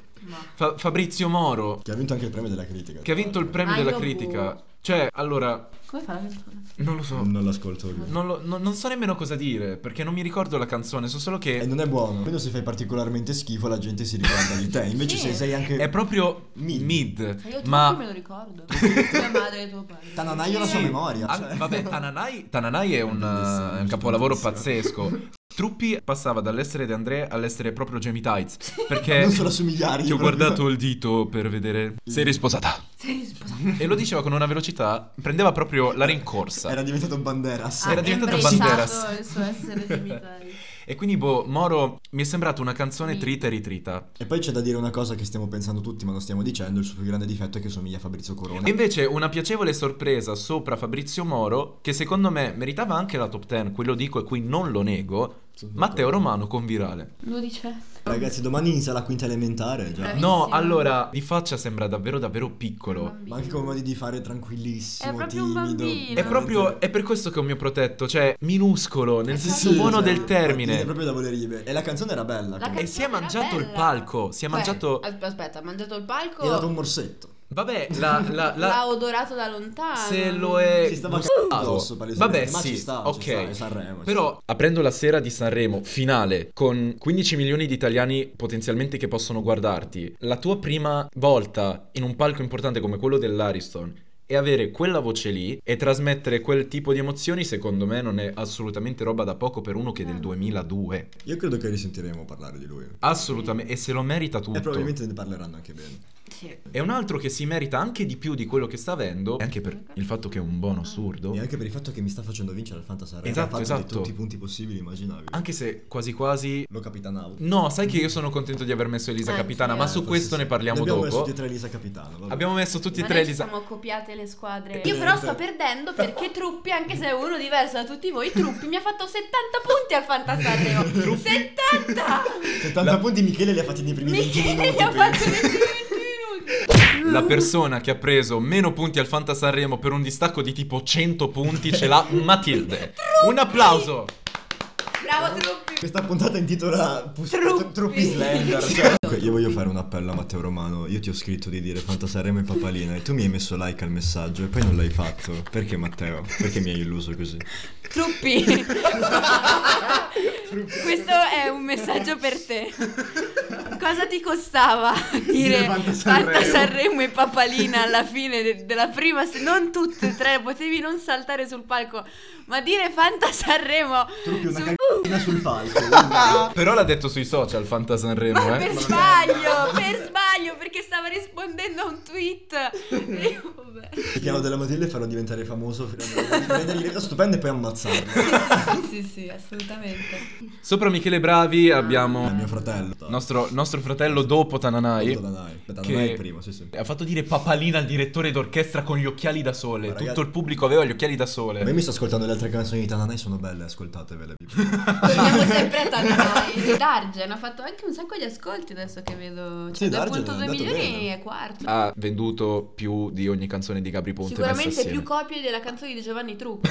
Speaker 1: Fa- Fabrizio Moro,
Speaker 4: Che ha vinto anche il premio della critica.
Speaker 1: che ha vinto il premio
Speaker 5: Ah,
Speaker 1: della
Speaker 5: io
Speaker 1: critica.
Speaker 5: boh.
Speaker 1: Cioè, allora,
Speaker 5: Come fa la canzone?
Speaker 1: non lo so.
Speaker 4: Non l'ascolto io.
Speaker 1: Non, lo- non- non so nemmeno cosa dire, perché non mi ricordo la canzone, so solo
Speaker 4: E
Speaker 1: che
Speaker 4: Eh, non è buono. Quando si fai particolarmente schifo, la gente si ricorda di te. Invece,
Speaker 5: Sì.
Speaker 4: se sei anche.
Speaker 1: è proprio
Speaker 4: Mid.
Speaker 1: mid.
Speaker 5: Cioè, io tutto
Speaker 1: ma
Speaker 5: me lo ricordo. Tua madre e tuo padre.
Speaker 4: Tananai ha la sua
Speaker 1: Sì.
Speaker 4: memoria.
Speaker 1: Ah,
Speaker 4: cioè.
Speaker 1: vabbè, Tananai, Tananai è un,
Speaker 4: Bellissimo,
Speaker 1: eh, un capolavoro
Speaker 4: bellissimo.
Speaker 1: pazzesco. Truppi passava dall'essere De André all'essere proprio Jamie Tights. Perché
Speaker 4: Non solo assomigliare.
Speaker 1: ti ho guardato il dito per vedere. Sei risposata.
Speaker 5: Sei risposta.
Speaker 1: E lo diceva con una velocità. Prendeva proprio la rincorsa.
Speaker 4: Era diventato Banderas.
Speaker 5: Ah,
Speaker 1: Era diventato
Speaker 5: embraceato
Speaker 1: Banderas.
Speaker 5: il suo essere genitale.
Speaker 1: E quindi, boh, Moro mi è sembrata una canzone trita e ritrita.
Speaker 4: E poi c'è da dire una cosa che stiamo pensando tutti, ma non stiamo dicendo. Il suo più grande difetto è che somiglia a Fabrizio Corona.
Speaker 1: E invece una piacevole sorpresa sopra Fabrizio Moro, che secondo me meritava anche la top 10, quello dico e qui non lo nego.
Speaker 4: Sono
Speaker 1: Matteo
Speaker 4: d'accordo.
Speaker 1: Romano con virale.
Speaker 5: Lo dice.
Speaker 4: Ragazzi, domani inizia la quinta elementare. Già.
Speaker 5: Bravissimo.
Speaker 1: No, allora, di faccia sembra davvero davvero piccolo.
Speaker 4: Ma anche come modi di fare tranquillissimo,
Speaker 5: È proprio un
Speaker 4: timido. Cioè,
Speaker 5: bambino.
Speaker 1: È proprio, è per questo che è un mio protetto, cioè minuscolo, nel
Speaker 5: Sì,
Speaker 1: senso
Speaker 5: sì,
Speaker 1: buono
Speaker 5: cioè,
Speaker 1: del
Speaker 4: È
Speaker 1: termine.
Speaker 4: proprio da voler dire. E la canzone era bella.
Speaker 5: La
Speaker 4: comunque.
Speaker 1: E si è
Speaker 5: Era
Speaker 1: mangiato il
Speaker 5: bella.
Speaker 1: palco, si è
Speaker 5: Beh,
Speaker 1: mangiato...
Speaker 5: asp- Aspetta, ha mangiato il
Speaker 4: Gli ha dato
Speaker 5: palco.
Speaker 4: un morsetto.
Speaker 1: Vabbè, la... la, la-
Speaker 5: L'ha odorato da lontano.
Speaker 1: se lo è...
Speaker 4: Ah, Si stava
Speaker 1: gustato.
Speaker 4: cagando addosso, palesemente,
Speaker 1: Vabbè,
Speaker 4: ma
Speaker 1: sì,
Speaker 4: ci sta,
Speaker 1: ok.
Speaker 4: ci sta, è Sanremo, ci
Speaker 1: Però, aprendo la sera di Sanremo, finale, con 15 milioni di italiani potenzialmente che possono guardarti, la tua prima volta in un palco importante come quello dell'Ariston e avere quella voce lì e trasmettere quel tipo di emozioni, secondo me non è assolutamente roba da poco per uno che è del 2002.
Speaker 4: Io credo che risentiremo parlare di lui.
Speaker 1: Assolutamente, e se lo merita tutto.
Speaker 4: E probabilmente ne parleranno anche bene.
Speaker 5: Sì.
Speaker 1: E un altro che si merita anche di più di quello che sta avendo, e anche per il fatto che è un buono assurdo.
Speaker 4: E anche per il fatto che mi sta facendo vincere il Fanta Sanremo.
Speaker 1: Esatto,
Speaker 4: ha fatto
Speaker 1: esatto.
Speaker 4: di tutti i punti possibili, immaginabili.
Speaker 1: Anche se quasi quasi
Speaker 4: Lo capitanavo.
Speaker 1: No, sai che io sono contento di aver messo Elisa
Speaker 5: Anch'io.
Speaker 1: Capitana, ma su
Speaker 4: Forse
Speaker 1: questo
Speaker 4: Eh, sì.
Speaker 1: ne parliamo
Speaker 4: Abbiamo
Speaker 1: dopo.
Speaker 4: messo dietro Elisa Capitano. vabbè.
Speaker 1: Abbiamo messo tutti e
Speaker 5: Ma
Speaker 1: tre
Speaker 5: noi ci
Speaker 1: Elisa.
Speaker 5: siamo copiate le squadre.
Speaker 4: Eh,
Speaker 5: Io però sto
Speaker 4: veramente.
Speaker 5: perdendo perché Truppi, anche se è uno diverso da tutti voi, Truppi mi ha fatto 70 punti al Fantasarreo. 70!
Speaker 4: 70
Speaker 1: La-
Speaker 4: punti Michele li ha fatti nei primi 20
Speaker 5: Michele
Speaker 4: minuti.
Speaker 5: mi ha
Speaker 4: penso.
Speaker 5: fatto 20 minuti.
Speaker 1: La persona che ha preso meno punti al Fanta Sanremo per un distacco di tipo 100 punti ce l'ha Matilde. Un applauso.
Speaker 5: Bravo Truppi.
Speaker 4: Questa puntata intitola Pus-
Speaker 5: Truppi.
Speaker 4: Truppi Slender. cioè. Comunque, Io voglio fare un appello a Matteo Romano. Io ti ho scritto di dire Fanta Sanremo e Papalina e tu mi hai messo like al messaggio e poi non l'hai fatto. Perché Matteo? Perché mi hai illuso così?
Speaker 5: Truppi. Questo è un messaggio per te. Cosa ti costava dire
Speaker 4: Fanta Sanremo.
Speaker 5: Fanta Sanremo e Papalina alla fine de- della prima? se- Non tutte e tre, potevi non saltare sul palco, ma dire Fanta Sanremo
Speaker 4: Truppi una
Speaker 5: su-
Speaker 4: cagina sul palco.
Speaker 1: Però l'ha detto sui social Fanta Sanremo,
Speaker 5: Ma per
Speaker 1: eh.
Speaker 5: sbaglio, per sbaglio, perché stava rispondendo a un tweet. E io, vabbè.
Speaker 4: Il piano della Matilde farò diventare famoso fino a prendere l'idea stupenda e poi ammazzarlo.
Speaker 5: Sì, sì, sì, assolutamente.
Speaker 1: Sopra Michele Bravi
Speaker 5: Ah.
Speaker 1: abbiamo
Speaker 4: È Ah, mio fratello.
Speaker 1: nostro, nostro fratello dopo Tananai.
Speaker 4: Tananai. Tananai
Speaker 1: Che-
Speaker 4: prima, sì, sì.
Speaker 1: Ha fatto dire papalina al direttore d'orchestra con gli occhiali da sole.
Speaker 4: Ma ragazzi-
Speaker 1: Tutto il pubblico aveva gli occhiali da
Speaker 4: Ma io
Speaker 1: sole.
Speaker 4: mi sto ascoltando le altre canzoni di Tananai, sono belle, ascoltatevele.
Speaker 5: Siamo sempre a Tananai. Dargen ha fatto anche un sacco di ascolti adesso che vedo.
Speaker 4: Sì,
Speaker 5: Cioè,
Speaker 4: Dargen
Speaker 5: fatto 2
Speaker 4: andato
Speaker 5: milioni
Speaker 4: bene.
Speaker 5: e è quarto.
Speaker 1: Ha venduto più di ogni canzone di Gabri Ponte messa
Speaker 5: Sicuramente
Speaker 1: assieme.
Speaker 5: più copie della canzone di Giovanni Trucco.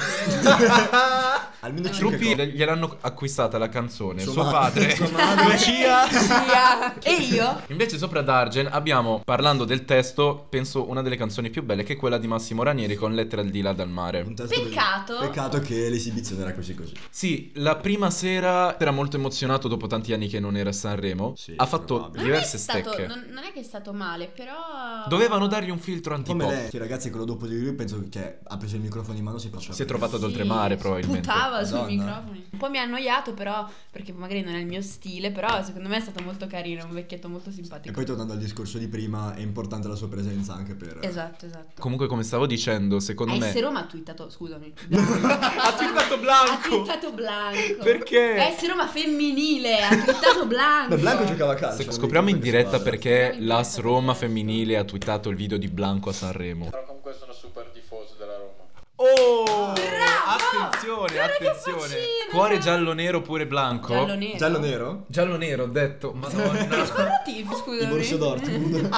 Speaker 4: Almeno 5
Speaker 1: Truppi gliel'hanno acquistata la canzone, suo,
Speaker 4: Sua madre,
Speaker 1: padre,
Speaker 4: sua madre.
Speaker 1: Lucia.
Speaker 5: Sia. e io?
Speaker 1: Invece sopra Dargen abbiamo, parlando del testo, penso una delle canzoni più belle che è quella di Massimo Ranieri con Lettera al di là dal mare.
Speaker 4: Un testo
Speaker 5: Peccato.
Speaker 4: bello. Peccato che l'esibizione era così così.
Speaker 1: Sì, la prima sera era molto emozionato dopo tanti anni che non era a Sanremo.
Speaker 4: Sì,
Speaker 1: ha fatto
Speaker 4: probabile.
Speaker 5: Non è,
Speaker 1: diverse
Speaker 5: stato,
Speaker 1: stecche.
Speaker 5: non, non è che è stato male, però...
Speaker 1: Dovevano dargli un filtro
Speaker 4: Come
Speaker 1: antipop.
Speaker 4: lei, che ragazzi, quello dopo di lui penso che ha preso il microfono in mano e si faceva.
Speaker 1: Si è trovato ad
Speaker 5: Sì,
Speaker 1: oltremare probabilmente.
Speaker 5: Sputava sui
Speaker 4: Madonna.
Speaker 5: microfoni. Un po' mi ha annoiato, però, perché magari non è il mio stile, però secondo me è stato molto carino, un vecchietto molto
Speaker 4: E
Speaker 5: simpatico.
Speaker 4: poi tornando al discorso di prima, è importante la sua presenza anche per.
Speaker 5: Esatto, esatto.
Speaker 1: Comunque come stavo dicendo, secondo me...
Speaker 5: S Eh, Roma ha twittato, scusami.
Speaker 1: Ha twittato
Speaker 5: Ha
Speaker 1: Blanco!
Speaker 5: twittato Blanco. Eh,
Speaker 1: Perché?
Speaker 5: S Roma femminile, ha twittato Blanco.
Speaker 4: Beh, Blanco giocava a calcio.
Speaker 1: Se- scopriamo in diretta
Speaker 4: perché
Speaker 1: perché l'As Roma femminile ha twittato il video di Blanco a Sanremo.
Speaker 6: Però comunque sono super tifoso della Roma.
Speaker 1: Oh!
Speaker 5: Bravo!
Speaker 1: Attenzione,
Speaker 5: Guarda che
Speaker 1: attenzione.
Speaker 5: faccina!
Speaker 1: Cuore giallo nero oppure blanco?
Speaker 5: Giallo nero.
Speaker 4: Giallo nero?
Speaker 1: Giallo nero, ho detto.
Speaker 5: Che
Speaker 1: Madonna.
Speaker 5: squadra tifi,
Speaker 4: Il Borussia
Speaker 5: scusami.
Speaker 4: Dortmund.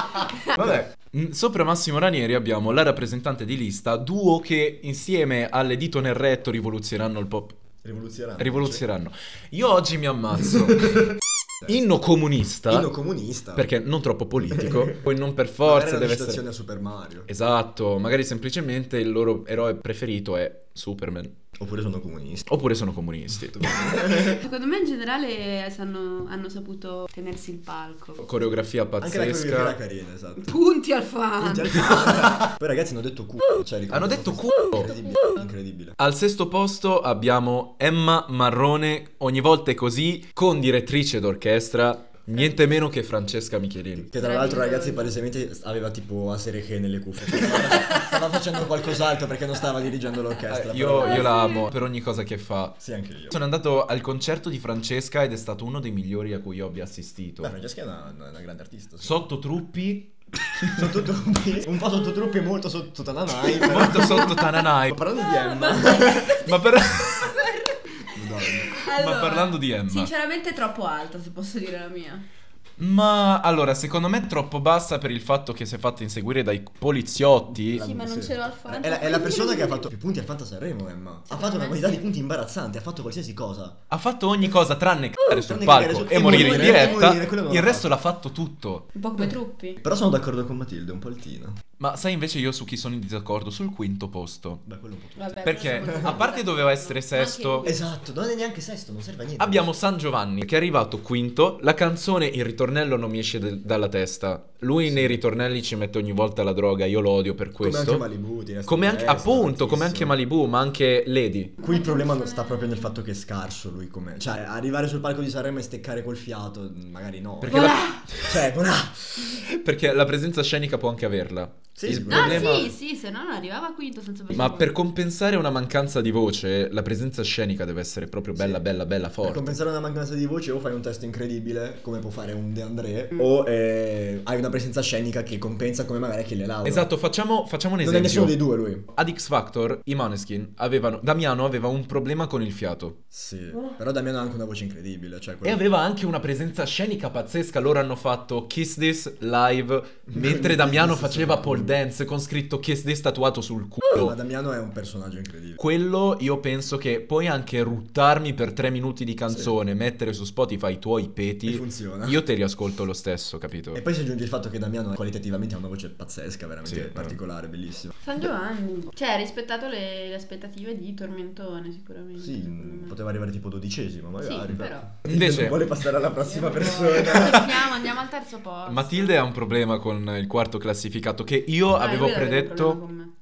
Speaker 1: Vabbè. Mm, Sopra Massimo Ranieri abbiamo la rappresentante di lista, duo che insieme alle dito nel retto rivoluzioneranno il pop.
Speaker 4: Rivoluzionario.
Speaker 1: Rivoluzioneranno. Io oggi mi ammazzo. Inno comunista.
Speaker 4: Inno comunista.
Speaker 1: perché non troppo politico. Poi non per
Speaker 4: Magari
Speaker 1: forza
Speaker 4: era una
Speaker 1: deve
Speaker 4: citazione
Speaker 1: essere.
Speaker 4: a Super Mario.
Speaker 1: Esatto, magari semplicemente il loro eroe preferito è Superman.
Speaker 4: Oppure sono comunista.
Speaker 1: Oppure sono comunisti.
Speaker 5: Secondo me in generale sanno- hanno saputo tenersi il palco.
Speaker 1: Coreografia
Speaker 4: Anche la
Speaker 1: pazzesca.
Speaker 4: coreografia era carina, esatto. Cioè,
Speaker 5: Punti al
Speaker 4: Eh,
Speaker 5: fan.
Speaker 4: Poi ragazzi hanno detto culo. Cioè, ricordo-
Speaker 1: Hanno detto culo.
Speaker 4: Incredibile. incredibile.
Speaker 1: Al sesto posto abbiamo Emma Marrone, ogni volta è così, con direttrice d'orchestra, niente meno che Francesca Michelin.
Speaker 4: Che tra l'altro ragazzi palesemente aveva tipo a serie che nelle cuffie. Cioè, stava facendo qualcos'altro perché non stava dirigendo l'orchestra.
Speaker 1: Eh, Io,
Speaker 4: però-
Speaker 1: io la amo per ogni cosa che fa.
Speaker 4: Sì, anche io.
Speaker 1: Sono andato al concerto di Francesca ed è stato uno dei migliori a cui io abbia
Speaker 4: Beh,
Speaker 1: assistito.
Speaker 4: Francesca è una, una- una grande artista. sì.
Speaker 1: Sotto truppi,
Speaker 4: sotto truppi, un po' sotto truppi e molto sotto Tananai. però-
Speaker 1: molto sotto Tananai.
Speaker 4: Parlando di Emma.
Speaker 1: Ma, per-
Speaker 4: Madonna.
Speaker 5: Allora,
Speaker 1: ma parlando di Emma.
Speaker 5: Sinceramente troppo alta, se posso dire la mia.
Speaker 1: Ma allora, secondo me è troppo bassa per il fatto che si è fatta inseguire dai poliziotti.
Speaker 5: Sì, ma non
Speaker 4: Sì.
Speaker 5: ce l'ho al fan.
Speaker 4: È la, è la persona che ha fatto più punti al Fanta Sanremo, Emma. Ha fatto una
Speaker 5: me
Speaker 4: quantità
Speaker 5: sì.
Speaker 4: di punti imbarazzante, ha fatto qualsiasi cosa.
Speaker 1: Ha fatto ogni cosa tranne c***are sul
Speaker 4: Uh, Tranne
Speaker 1: palco
Speaker 4: cagare su-
Speaker 1: e morire in
Speaker 4: morire,
Speaker 1: diretta.
Speaker 4: morire, quello non
Speaker 1: il
Speaker 4: l'ha
Speaker 1: resto l'ha fatto tutto.
Speaker 5: Un po' come truppi.
Speaker 4: Però sono d'accordo con Matilde, un po' altina.
Speaker 1: Ma sai invece io su chi sono in disaccordo? Sul quinto posto.
Speaker 4: Beh, quello un po' tutto.
Speaker 5: Vabbè,
Speaker 1: Perché
Speaker 5: però sono-
Speaker 1: a parte doveva essere
Speaker 5: Ma anche
Speaker 1: sesto,
Speaker 5: lui.
Speaker 4: Esatto, non è neanche sesto, non serve a niente.
Speaker 1: Abbiamo San Giovanni che è arrivato quinto. La canzone Il ritornello non mi esce del- dalla testa. Lui nei ritornelli ci mette ogni volta la droga. Io lo odio per
Speaker 4: come
Speaker 1: questo.
Speaker 4: anche Malibu, ti resta
Speaker 1: Come
Speaker 4: in
Speaker 1: anche-
Speaker 4: testa,
Speaker 1: appunto, come anche
Speaker 4: tantissimo.
Speaker 1: Malibu, ma anche Lady.
Speaker 4: Qui il problema non sta proprio nel fatto che è scarso lui come... Cioè, arrivare sul palco di Sanremo e steccare col fiato, magari no.
Speaker 1: Perché la,
Speaker 4: Cioè, voilà!
Speaker 1: perché la presenza scenica può anche averla.
Speaker 4: Sì,
Speaker 1: il
Speaker 5: Ah
Speaker 4: sicuramente.
Speaker 1: problema.
Speaker 5: sì, sì, se no non arrivava quinto senza
Speaker 1: Ma
Speaker 5: baciare.
Speaker 1: per compensare una mancanza di voce, la presenza scenica deve essere proprio bella,
Speaker 4: Sì.
Speaker 1: bella, bella
Speaker 4: Per
Speaker 1: forte.
Speaker 4: compensare una mancanza di voce o fai un testo incredibile, come può fare un De André, o eh, hai una presenza scenica che compensa come magari Achille Lauro.
Speaker 1: Esatto, facciamo, facciamo un
Speaker 4: Non è nessuno dei
Speaker 1: esempio.
Speaker 4: due lui.
Speaker 1: Ad X Factor, i Maneskin avevano. Damiano aveva un problema con il fiato.
Speaker 4: Sì.
Speaker 5: Ah.
Speaker 4: Però Damiano ha anche una voce incredibile, cioè
Speaker 1: E
Speaker 4: quello-
Speaker 1: aveva anche una presenza scenica pazzesca. Loro hanno fatto Kiss This live mentre Damiano faceva pole dance con scritto Kiss This tatuato sul
Speaker 4: Ma
Speaker 1: culo.
Speaker 4: Damiano è un personaggio incredibile.
Speaker 1: Quello io penso che puoi anche ruttarmi per tre minuti di canzone, mettere su Spotify i tuoi
Speaker 4: E
Speaker 1: peti.
Speaker 4: funziona.
Speaker 1: Io te li ascolto lo stesso, capito?
Speaker 4: eh. E poi si aggiunge il fatto che Damiano qualitativamente ha una voce pazzesca, veramente
Speaker 1: Sì, eh.
Speaker 4: particolare, bellissima.
Speaker 5: San Giovanni. Cioè, ha rispettato le, le aspettative di Tormentone, sicuramente.
Speaker 4: Sì,
Speaker 5: secondo me.
Speaker 4: poteva arrivare tipo dodicesimo magari.
Speaker 5: Sì, però. Eh.
Speaker 1: Invece-
Speaker 4: Non vuole passare alla prossima persona.
Speaker 5: Andiamo, andiamo al terzo posto.
Speaker 1: Matilde ha un problema con il quarto classificato che io
Speaker 5: Ah,
Speaker 1: avevo
Speaker 5: lui aveva un problema
Speaker 1: predetto.
Speaker 5: con me.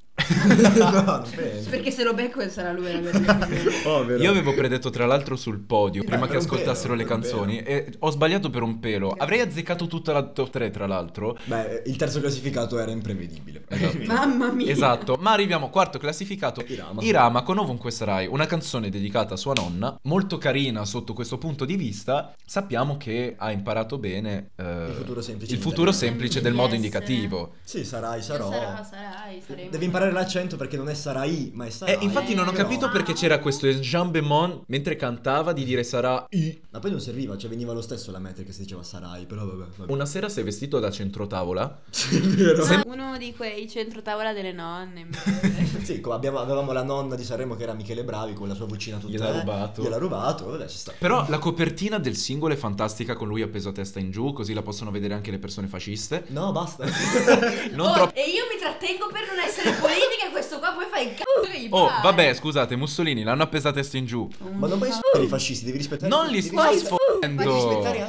Speaker 4: no, non penso.
Speaker 5: Perché se lo becco sarà lui a avere il problema.
Speaker 4: Povero.
Speaker 1: Io avevo predetto tra l'altro sul podio
Speaker 4: Sì,
Speaker 1: prima
Speaker 4: ma
Speaker 1: che
Speaker 4: per Oh, un pelo,
Speaker 1: ascoltassero le
Speaker 4: per un pelo.
Speaker 1: canzoni e ho sbagliato per un pelo. Avrei azzeccato tutta la top 3 tra l'altro.
Speaker 4: Beh, il terzo classificato era imprevedibile.
Speaker 1: Eh,
Speaker 5: Mamma mia.
Speaker 1: Esatto, ma arriviamo quarto classificato
Speaker 4: Irama.
Speaker 1: Irama con Ovunque Sarai, una canzone dedicata a sua nonna, molto carina sotto questo punto di vista. Sappiamo che ha imparato bene eh,
Speaker 4: Il futuro semplice
Speaker 1: il
Speaker 4: in
Speaker 1: futuro
Speaker 4: italiano.
Speaker 1: semplice del modo
Speaker 5: Yes.
Speaker 1: indicativo.
Speaker 4: Sì, sarai, sarò.
Speaker 5: Sarà, sarai, saremo.
Speaker 4: Devi imparare l'accento perché non è Sarai, ma è Sarai.
Speaker 1: Eh, infatti non ho
Speaker 4: però-
Speaker 1: capito perché c'era questo Jean Bemon mentre cantava di dire sarà I.
Speaker 4: Ma poi non serviva, cioè veniva lo stesso la metrica che si diceva Sarai, però vabbè. vabbè.
Speaker 1: Una sera si è vestito da centrotavola.
Speaker 4: Sì, è vero.
Speaker 5: Uno di quei centro tavola delle nonne.
Speaker 4: Sì, come abbiamo- avevamo la nonna di Sanremo che era Michele Bravi con la sua vocina tutta.
Speaker 1: Gliel'ha
Speaker 4: eh,
Speaker 1: rubato.
Speaker 4: Gliel'ha rubato, vabbè, ci sta.
Speaker 1: Però la copertina del singolo è fantastica con lui appeso a testa in giù, così la possono vedere anche le persone fasciste.
Speaker 4: No, basta.
Speaker 1: Non
Speaker 7: Oh,
Speaker 1: troppo.
Speaker 7: E io mi trattengo per non essere politica e questo qua poi fa il cazzo che gli
Speaker 1: Oh,
Speaker 7: pare.
Speaker 1: vabbè, scusate, Mussolini l'hanno appesa a testa in giù.
Speaker 4: ma non puoi sfruttare i fascisti, devi rispettare.
Speaker 1: Non li
Speaker 4: devi
Speaker 1: sto
Speaker 4: rispettare- devi rispettare
Speaker 1: sfottendo.
Speaker 4: anche-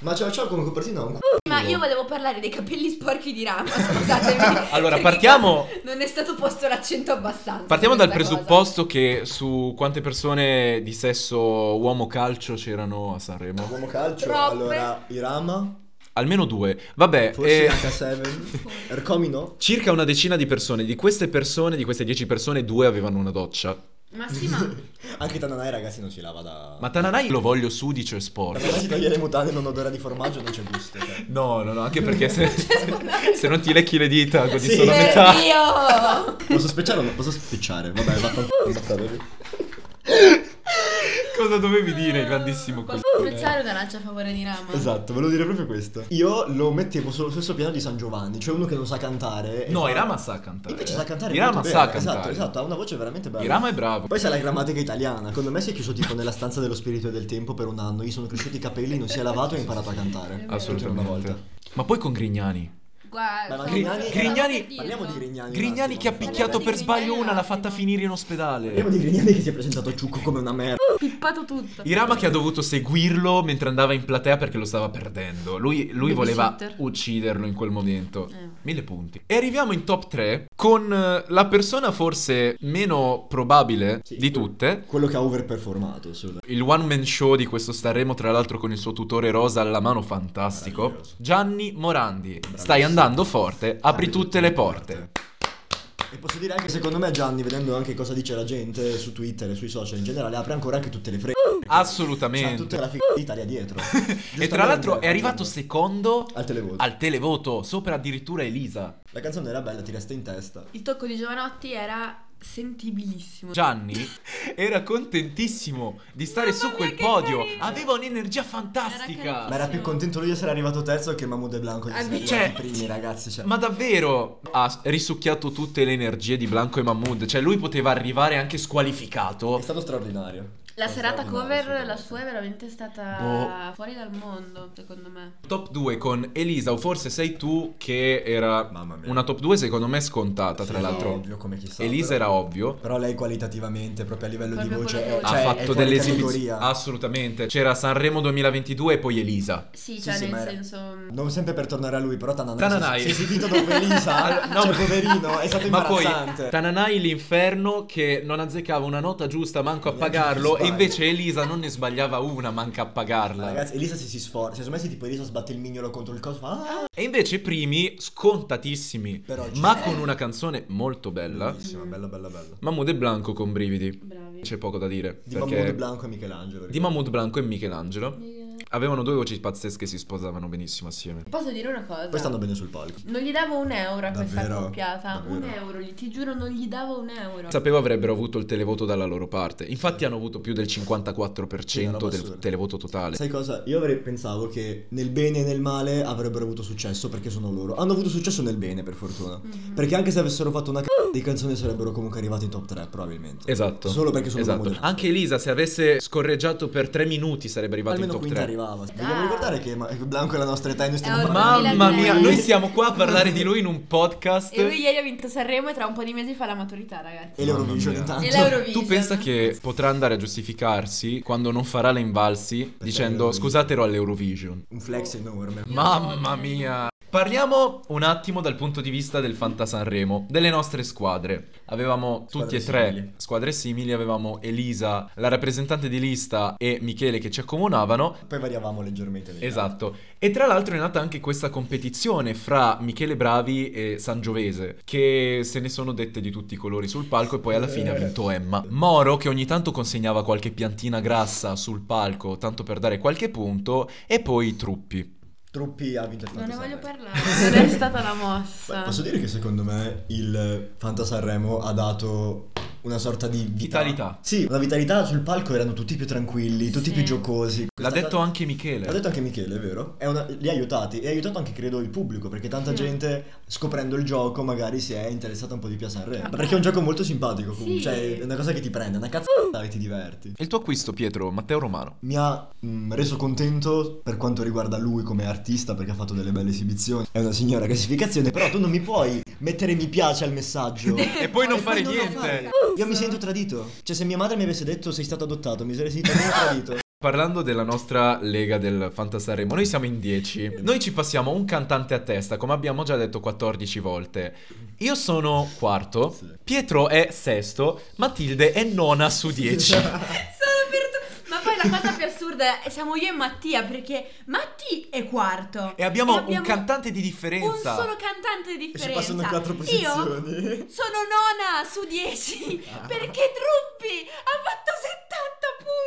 Speaker 4: Ma c'ho, c'ho come copertina un c***o.
Speaker 7: Ma io volevo parlare dei capelli sporchi di Rama, scusatemi.
Speaker 1: Allora,
Speaker 7: perché
Speaker 1: partiamo-
Speaker 7: qua Non è stato posto l'accento abbastanza.
Speaker 1: Partiamo
Speaker 7: su
Speaker 1: dal
Speaker 7: questa cosa.
Speaker 1: presupposto che su quante persone di sesso uomo calcio c'erano a Sanremo?
Speaker 4: Uomo calcio,
Speaker 7: Troppe.
Speaker 4: allora Irama,
Speaker 1: Almeno due. Vabbè,
Speaker 4: forse
Speaker 1: eh,
Speaker 4: H7, Ercomino.
Speaker 1: circa una decina di persone. Di queste persone, di queste dieci persone, due avevano una doccia.
Speaker 5: Ma sì, ma
Speaker 4: Anche Tananai ragazzi non si lava da...
Speaker 1: Ma Tananai lo voglio sudicio e sporco.
Speaker 4: Ragazzi toglie le mutande non odora di formaggio, non c'è gusto. cioè.
Speaker 1: No, no, no, anche perché se, se non ti lecchi le dita così
Speaker 4: Sì.
Speaker 1: solo
Speaker 4: Per
Speaker 1: metà.
Speaker 7: Io!
Speaker 4: Posso specciare o non posso specciare? Vabbè, vaffanculo.
Speaker 1: Cosa dovevi dire, grandissimo
Speaker 5: posso
Speaker 1: coglione?
Speaker 5: apprezzare una lancia a favore di
Speaker 1: Eh?
Speaker 5: Rama?
Speaker 4: Esatto, volevo dire proprio questo. Io lo mettevo sullo stesso piano di San Giovanni, cioè uno che non sa cantare. e
Speaker 1: No,
Speaker 4: fa-
Speaker 1: Irama sa cantare.
Speaker 4: Invece sa cantare
Speaker 1: Irama
Speaker 4: molto
Speaker 1: sa
Speaker 4: bene.
Speaker 1: cantare.
Speaker 4: Esatto, esatto, ha una voce veramente bella.
Speaker 1: Irama è bravo.
Speaker 4: Poi sa la grammatica italiana. Secondo me si è chiuso tipo nella stanza dello spirito e del tempo per un anno. Gli sono cresciuti i capelli, non si è lavato e ha imparato a cantare. Cioè,
Speaker 1: Assolutamente.
Speaker 4: Una volta.
Speaker 1: Ma poi con Grignani.
Speaker 7: Guarda,
Speaker 4: Beh, ma
Speaker 7: stavo-
Speaker 4: Grignani-
Speaker 7: stavo per
Speaker 1: Grignani-
Speaker 7: dirlo.
Speaker 4: Parliamo di Grignani.
Speaker 1: Grignani che ha picchiato per sbaglio una, l'ha fatta finire in
Speaker 4: Parliamo
Speaker 1: ospedale.
Speaker 4: di Grignani che si è presentato ciucco come una merda.
Speaker 5: Pippato tutto.
Speaker 1: Irama che ha dovuto seguirlo mentre andava in platea perché lo stava perdendo. Lui, lui voleva
Speaker 5: Babysitter.
Speaker 1: ucciderlo in quel momento.
Speaker 5: Eh.
Speaker 1: Mille punti. E arriviamo in top 3 con eh, la persona forse meno probabile
Speaker 4: Sì.
Speaker 1: di tutte.
Speaker 4: Quello che ha overperformato, assolutamente.
Speaker 1: Il one man show di questo Sanremo, tra l'altro con il suo tutore rosa alla mano fantastico.
Speaker 4: Meraviglioso.
Speaker 1: Gianni Morandi, stai andando forte, apri tutte le porte.
Speaker 4: E posso dire anche, secondo me, Gianni, vedendo anche cosa dice la gente su Twitter e sui social in generale, apre ancora anche tutte le fre. C'ha
Speaker 1: Assolutamente.
Speaker 4: tutta la figlia d'Italia dietro.
Speaker 1: E
Speaker 4: Giustamente,
Speaker 1: tra l'altro è arrivato
Speaker 4: parlando.
Speaker 1: secondo
Speaker 4: Al televoto.
Speaker 1: al televoto, sopra addirittura Elisa.
Speaker 4: La canzone era bella, ti resta in testa.
Speaker 5: Il tocco di Giovanotti era sentibilissimo.
Speaker 1: Gianni era contentissimo di stare su quel podio, aveva un'energia fantastica.
Speaker 4: Ma era più contento lui di essere arrivato terzo che Mahmoud e Blanco
Speaker 5: Ah,
Speaker 4: di essere
Speaker 1: cioè-
Speaker 4: arrivati primi, ragazzi. Cioè.
Speaker 1: Ma davvero ha risucchiato tutte le energie di Blanco e Mahmood, cioè lui poteva arrivare anche
Speaker 4: È
Speaker 1: squalificato.
Speaker 4: stato straordinario.
Speaker 5: La
Speaker 4: Stato
Speaker 5: serata
Speaker 4: straordinario,
Speaker 5: cover, la
Speaker 4: assolutamente.
Speaker 5: sua è veramente stata
Speaker 1: Boh.
Speaker 5: fuori dal mondo, secondo me.
Speaker 1: Top 2 con Elisa, o forse sei tu che era
Speaker 4: Mamma mia.
Speaker 1: una top 2 secondo me scontata, tra
Speaker 4: Sì,
Speaker 1: l'altro.
Speaker 4: Ovvio, come chissà.
Speaker 1: Elisa
Speaker 4: però.
Speaker 1: era ovvio.
Speaker 4: Però lei qualitativamente, proprio a livello
Speaker 5: Proprio
Speaker 4: di voce,
Speaker 5: quello
Speaker 4: è-
Speaker 5: che
Speaker 1: ha
Speaker 4: cioè, è
Speaker 1: fatto
Speaker 4: fuori
Speaker 1: delle esibizioni
Speaker 4: categoria.
Speaker 1: assolutamente c'era Sanremo 2022 e poi Elisa
Speaker 5: Sì,
Speaker 4: Sì,
Speaker 5: cioè
Speaker 4: sì,
Speaker 5: nel
Speaker 4: ma era-
Speaker 5: senso...
Speaker 4: Non sempre per tornare a lui, però Tananai.
Speaker 1: Tananai.
Speaker 4: Si è esibito dopo Elisa.
Speaker 1: Allora, no,
Speaker 4: cioè,
Speaker 1: ma-
Speaker 4: poverino, è stato
Speaker 1: ma poi
Speaker 4: imbarazzante.
Speaker 1: Tananai l'inferno che non azzeccava una nota giusta manco a pagarlo e
Speaker 4: Sbaglia.
Speaker 1: invece Elisa non ne sbagliava una manca a pagarla
Speaker 4: Ragazzi, Elisa si, si sforza. Cioè, secondo me, se tipo Elisa sbatte il mignolo contro il coso, fa. ah,
Speaker 1: e invece primi scontatissimi
Speaker 4: Però ci
Speaker 1: ma
Speaker 4: sta.
Speaker 1: con una canzone molto bella
Speaker 4: Bellissima, bella, bella, bella.
Speaker 1: Mahmood e Blanco con brividi
Speaker 5: Bravi.
Speaker 4: Cioè,
Speaker 1: c'è poco da dire
Speaker 4: Di
Speaker 1: perché
Speaker 4: Mahmoud Blanco e Michelangelo.
Speaker 1: di Mahmood Blanco e Michelangelo avevano due voci pazzesche e si sposavano benissimo assieme
Speaker 5: Posso dire una cosa?
Speaker 4: Poi stanno bene sul palco.
Speaker 5: Non gli davo un euro a questa
Speaker 4: Davvero?
Speaker 5: coppiata. Un
Speaker 4: Davvero?
Speaker 5: euro, gli- ti giuro, non gli davo un euro.
Speaker 1: sapevo avrebbero avuto il televoto dalla loro parte. Infatti hanno avuto più del 54%
Speaker 4: Sì, una roba
Speaker 1: del
Speaker 4: assurda.
Speaker 1: televoto totale.
Speaker 4: Sai cosa? Io avrei pensato che nel bene e nel male avrebbero avuto successo perché sono loro. Hanno avuto successo nel bene, per fortuna. Perché anche se avessero fatto una c***o di canzone sarebbero comunque arrivati in top 3, probabilmente.
Speaker 1: Esatto.
Speaker 4: Solo perché sono
Speaker 1: esatto.
Speaker 4: moderati.
Speaker 1: Anche Elisa se avesse scorreggiato per 3 minuti sarebbe arrivata in
Speaker 4: Almeno
Speaker 1: top
Speaker 4: quinta
Speaker 1: 3.
Speaker 4: arrivava.
Speaker 5: Dai.
Speaker 4: Dobbiamo ricordare che ma- Blanco è la nostra età e noi stiamo
Speaker 5: È
Speaker 4: parlando.
Speaker 5: ormai
Speaker 1: Mamma mia,
Speaker 5: 2003.
Speaker 1: noi siamo qua a parlare di lui in un podcast.
Speaker 5: E lui ieri ha vinto Sanremo e tra un po' di mesi fa la maturità, ragazzi.
Speaker 4: E l'Eurovision
Speaker 1: Mamma
Speaker 4: intanto.
Speaker 5: E l'Eurovision.
Speaker 1: Tu pensa che potrà andare a giustificarsi quando non farà le invalsi
Speaker 4: certo,
Speaker 1: dicendo
Speaker 4: l'Eurovision.
Speaker 1: scusate ero all'Eurovision.
Speaker 4: Un flex enorme.
Speaker 1: Mamma mia. Parliamo un attimo dal punto di vista del Fanta Sanremo, delle nostre squadre. Avevamo tutti
Speaker 4: Squadre
Speaker 1: e tre
Speaker 4: simili.
Speaker 1: squadre simili, avevamo Elisa, la rappresentante di lista e Michele che ci accomunavano.
Speaker 4: Poi variavamo leggermente. nei
Speaker 1: Esatto. E tra l'altro è nata anche questa competizione fra Michele Bravi e Sangiovese, che se ne sono dette di tutti i colori sul palco e poi alla fine ha
Speaker 4: Eh.
Speaker 1: vinto Emma. Moro che ogni tanto consegnava qualche piantina grassa sul palco, tanto per dare qualche punto, e poi i truppi.
Speaker 4: Truppi ha vinto il
Speaker 5: Non ne
Speaker 4: Fantasanremo.
Speaker 5: voglio parlare. Non è stata la
Speaker 4: Beh,
Speaker 5: mossa.
Speaker 4: Posso dire che secondo me il Fanta Sanremo ha dato una sorta di vita-
Speaker 1: Vitalità.
Speaker 4: Sì, una vitalità sul palco erano tutti più tranquilli, tutti
Speaker 3: Sì.
Speaker 4: più giocosi.
Speaker 1: L'ha
Speaker 4: Questa
Speaker 1: detto
Speaker 4: cosa-
Speaker 1: anche Michele.
Speaker 4: L'ha detto anche Michele, è vero? È una- Li ha aiutati e ha aiutato anche, credo, il pubblico perché
Speaker 1: Mm.
Speaker 4: tanta gente scoprendo il gioco magari si è interessata un po' di più a
Speaker 1: Ah,
Speaker 4: Sanremo. Perché è un gioco molto simpatico comunque,
Speaker 3: Sì.
Speaker 4: cioè è una cosa che ti prende, è una
Speaker 1: Mm.
Speaker 4: cazzata e ti diverti.
Speaker 1: E il tuo acquisto, Pietro, Matteo Romano.
Speaker 4: Mi ha mm, reso contento per quanto riguarda lui come artista perché ha fatto delle belle esibizioni. È una signora classificazione, però tu non mi puoi mettere mi piace al messaggio.
Speaker 1: E poi non fare
Speaker 4: non lo fai.
Speaker 1: niente.
Speaker 4: Io mi sento tradito. Cioè, se mia madre mi avesse detto sei stato adottato, mi sarei sentito meno tradito.
Speaker 1: Parlando della nostra lega del Fantasarremo, noi siamo in 10. Noi ci passiamo un cantante a testa, come abbiamo già detto 14 volte. Io sono quarto,
Speaker 4: Sì.
Speaker 1: Pietro è sesto, Matilde è nona su 10.
Speaker 7: Sono per tu- Ma poi la cosa più assurda è siamo io e Mattia perché Matti è quarto.
Speaker 1: E abbiamo, un cantante di
Speaker 7: Un
Speaker 1: differenza.
Speaker 7: solo cantante di
Speaker 4: E
Speaker 7: differenza.
Speaker 4: ci passano quattro
Speaker 7: Io
Speaker 4: posizioni. Ah.
Speaker 7: sono nona su 10 perché Truppi ha fatto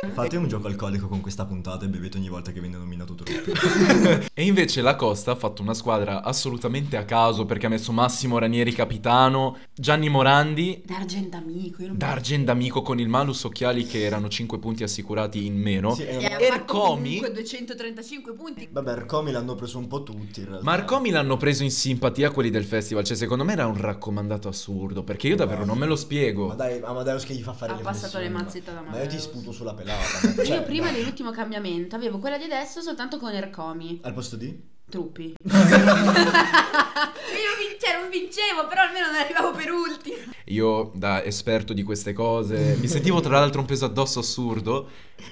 Speaker 7: 70 punti.
Speaker 4: Fate un gioco alcolico con questa puntata e bevete ogni volta che viene nominato Truppi.
Speaker 1: E invece la Costa ha fatto una squadra assolutamente a caso perché ha messo Massimo Ranieri capitano, Gianni Morandi
Speaker 5: D'argento amico, io non
Speaker 1: D'Argent amico con il malus occhiali che erano 5 punti assicurati in meno.
Speaker 4: Sì, è
Speaker 5: E
Speaker 4: una-
Speaker 5: ha
Speaker 1: Er
Speaker 5: fatto
Speaker 1: Comi?
Speaker 5: comunque 235 punti.
Speaker 4: Vabbè, Arcomi l'hanno preso un po' tutti in realtà.
Speaker 1: Marcomi l'hanno preso in simpatia quelli del festival, cioè secondo me era un raccomandato assurdo, perché io davvero non me lo
Speaker 4: Ma
Speaker 1: spiego.
Speaker 4: dai, Amadeus che gli fa fare
Speaker 5: Ha
Speaker 4: le
Speaker 5: passato le
Speaker 4: flessioni, ma-
Speaker 5: mazzette da
Speaker 4: Ma io ti
Speaker 5: Amadeus.
Speaker 4: sputo sulla pelata. cioè,
Speaker 5: io prima
Speaker 4: dai.
Speaker 5: dell'ultimo cambiamento avevo quella di adesso soltanto con Ercomi.
Speaker 4: Al posto di?
Speaker 5: Truppi.
Speaker 7: Io vin- cioè, non vincevo, però almeno non arrivavo per ultimo.
Speaker 1: Io da esperto di queste cose mi sentivo tra l'altro un peso addosso assurdo,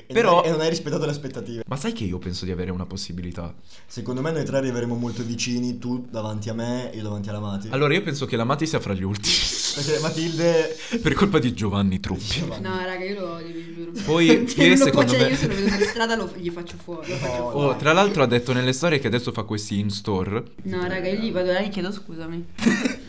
Speaker 4: E
Speaker 1: però
Speaker 4: non- E non hai rispettato le aspettative.
Speaker 1: ma sai che io penso di avere una possibilità.
Speaker 4: Secondo me noi tre arriveremo molto vicini, tu davanti a me, io davanti alla Mati.
Speaker 1: Allora io penso che la Mati sia fra gli ultimi
Speaker 4: Perché Matilde...
Speaker 1: per colpa di Giovanni Truppi.
Speaker 4: Giovanni.
Speaker 5: No, raga, io lo odio, vi giuro.
Speaker 1: Poi
Speaker 5: Cioè,
Speaker 1: che
Speaker 5: non lo può-
Speaker 1: secondo
Speaker 5: cioè,
Speaker 1: me
Speaker 5: io se lo vedo per strada lo- gli faccio fuori. lo faccio
Speaker 4: No,
Speaker 5: fuori.
Speaker 1: Oh, tra l'altro ha detto nelle storie che adesso fa questi in store.
Speaker 5: No, raga, io gli vado là e gli chiedo scusami.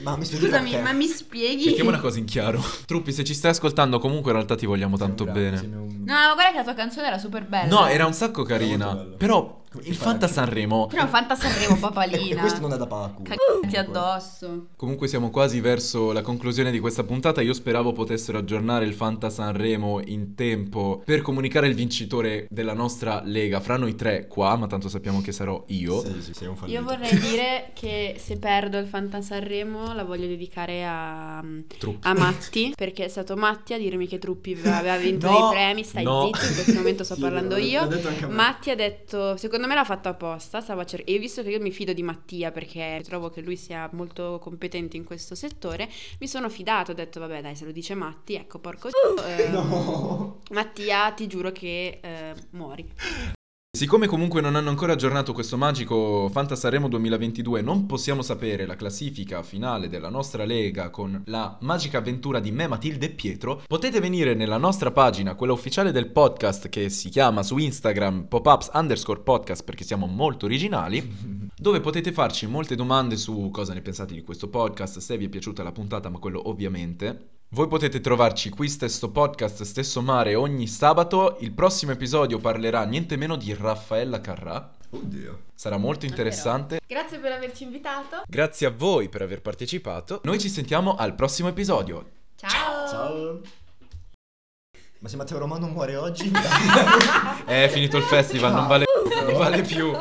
Speaker 4: Ma mi spieghi
Speaker 5: Scusami,
Speaker 4: perché?
Speaker 5: ma mi spieghi?
Speaker 1: Mettiamo una cosa in chiaro. Truppi, se ci stai ascoltando, comunque in realtà ti vogliamo
Speaker 4: Siamo
Speaker 1: tanto
Speaker 4: grandi,
Speaker 1: bene.
Speaker 4: siamo un-
Speaker 5: No, ma guarda che la tua canzone era super bella.
Speaker 1: No, era un sacco
Speaker 4: Era
Speaker 1: carina.
Speaker 4: molto bello.
Speaker 1: Però
Speaker 4: Come
Speaker 1: il
Speaker 4: fai?
Speaker 1: Fanta Sanremo.
Speaker 5: Però Fanta Sanremo,
Speaker 4: E, e
Speaker 5: papalina.
Speaker 4: questo non è da pacu.
Speaker 5: Cagati addosso.
Speaker 1: Comunque siamo quasi verso la conclusione di questa puntata. Io speravo potessero aggiornare il Fanta Sanremo in tempo per comunicare il vincitore della nostra lega fra noi tre qua, ma tanto sappiamo che sarò io.
Speaker 4: Sei, sei- sei un fallito.
Speaker 5: Io vorrei dire che se perdo il Fanta Sanremo la voglio dedicare a, mm, a
Speaker 1: Truppi.
Speaker 5: Matti, perché è stato Matti a dirmi che Truppi aveva aveva vinto
Speaker 1: No,
Speaker 5: dei premi, stai
Speaker 1: no.
Speaker 5: zitto, in questo momento sto
Speaker 4: Sì,
Speaker 5: parlando
Speaker 4: l'ho- l'ho
Speaker 5: io.
Speaker 4: detto anche a me.
Speaker 5: Matti ha detto, secondo me l'ha fatto apposta, stava cer- e visto che io mi fido di Mattia perché trovo che lui sia molto competente in questo settore, mi sono fidato, ho detto vabbè dai se lo dice Matti, ecco porco c***o, eh,
Speaker 4: No.
Speaker 5: Mattia ti giuro che eh, muori.
Speaker 1: Siccome comunque non hanno ancora aggiornato questo magico Fanta Sanremo 2022, non possiamo sapere la classifica finale della nostra lega con la magica avventura di me, Matilde e Pietro. Potete venire nella nostra pagina, quella ufficiale del podcast che si chiama su Instagram popups underscore podcast perché siamo molto originali, dove potete farci molte domande su cosa ne pensate di questo podcast, se vi è piaciuta la puntata, ma quello ovviamente. Voi potete trovarci qui stesso podcast, stesso mare ogni sabato. Il prossimo episodio parlerà niente meno di Raffaella Carrà.
Speaker 4: Oddio.
Speaker 1: Sarà molto interessante.
Speaker 7: Grazie per averci invitato.
Speaker 1: Grazie a voi per aver partecipato. Noi ci sentiamo al prossimo episodio.
Speaker 7: Ciao.
Speaker 4: Ciao. Ma se Matteo Romano muore oggi...
Speaker 1: È finito il festival, non vale, non vale più.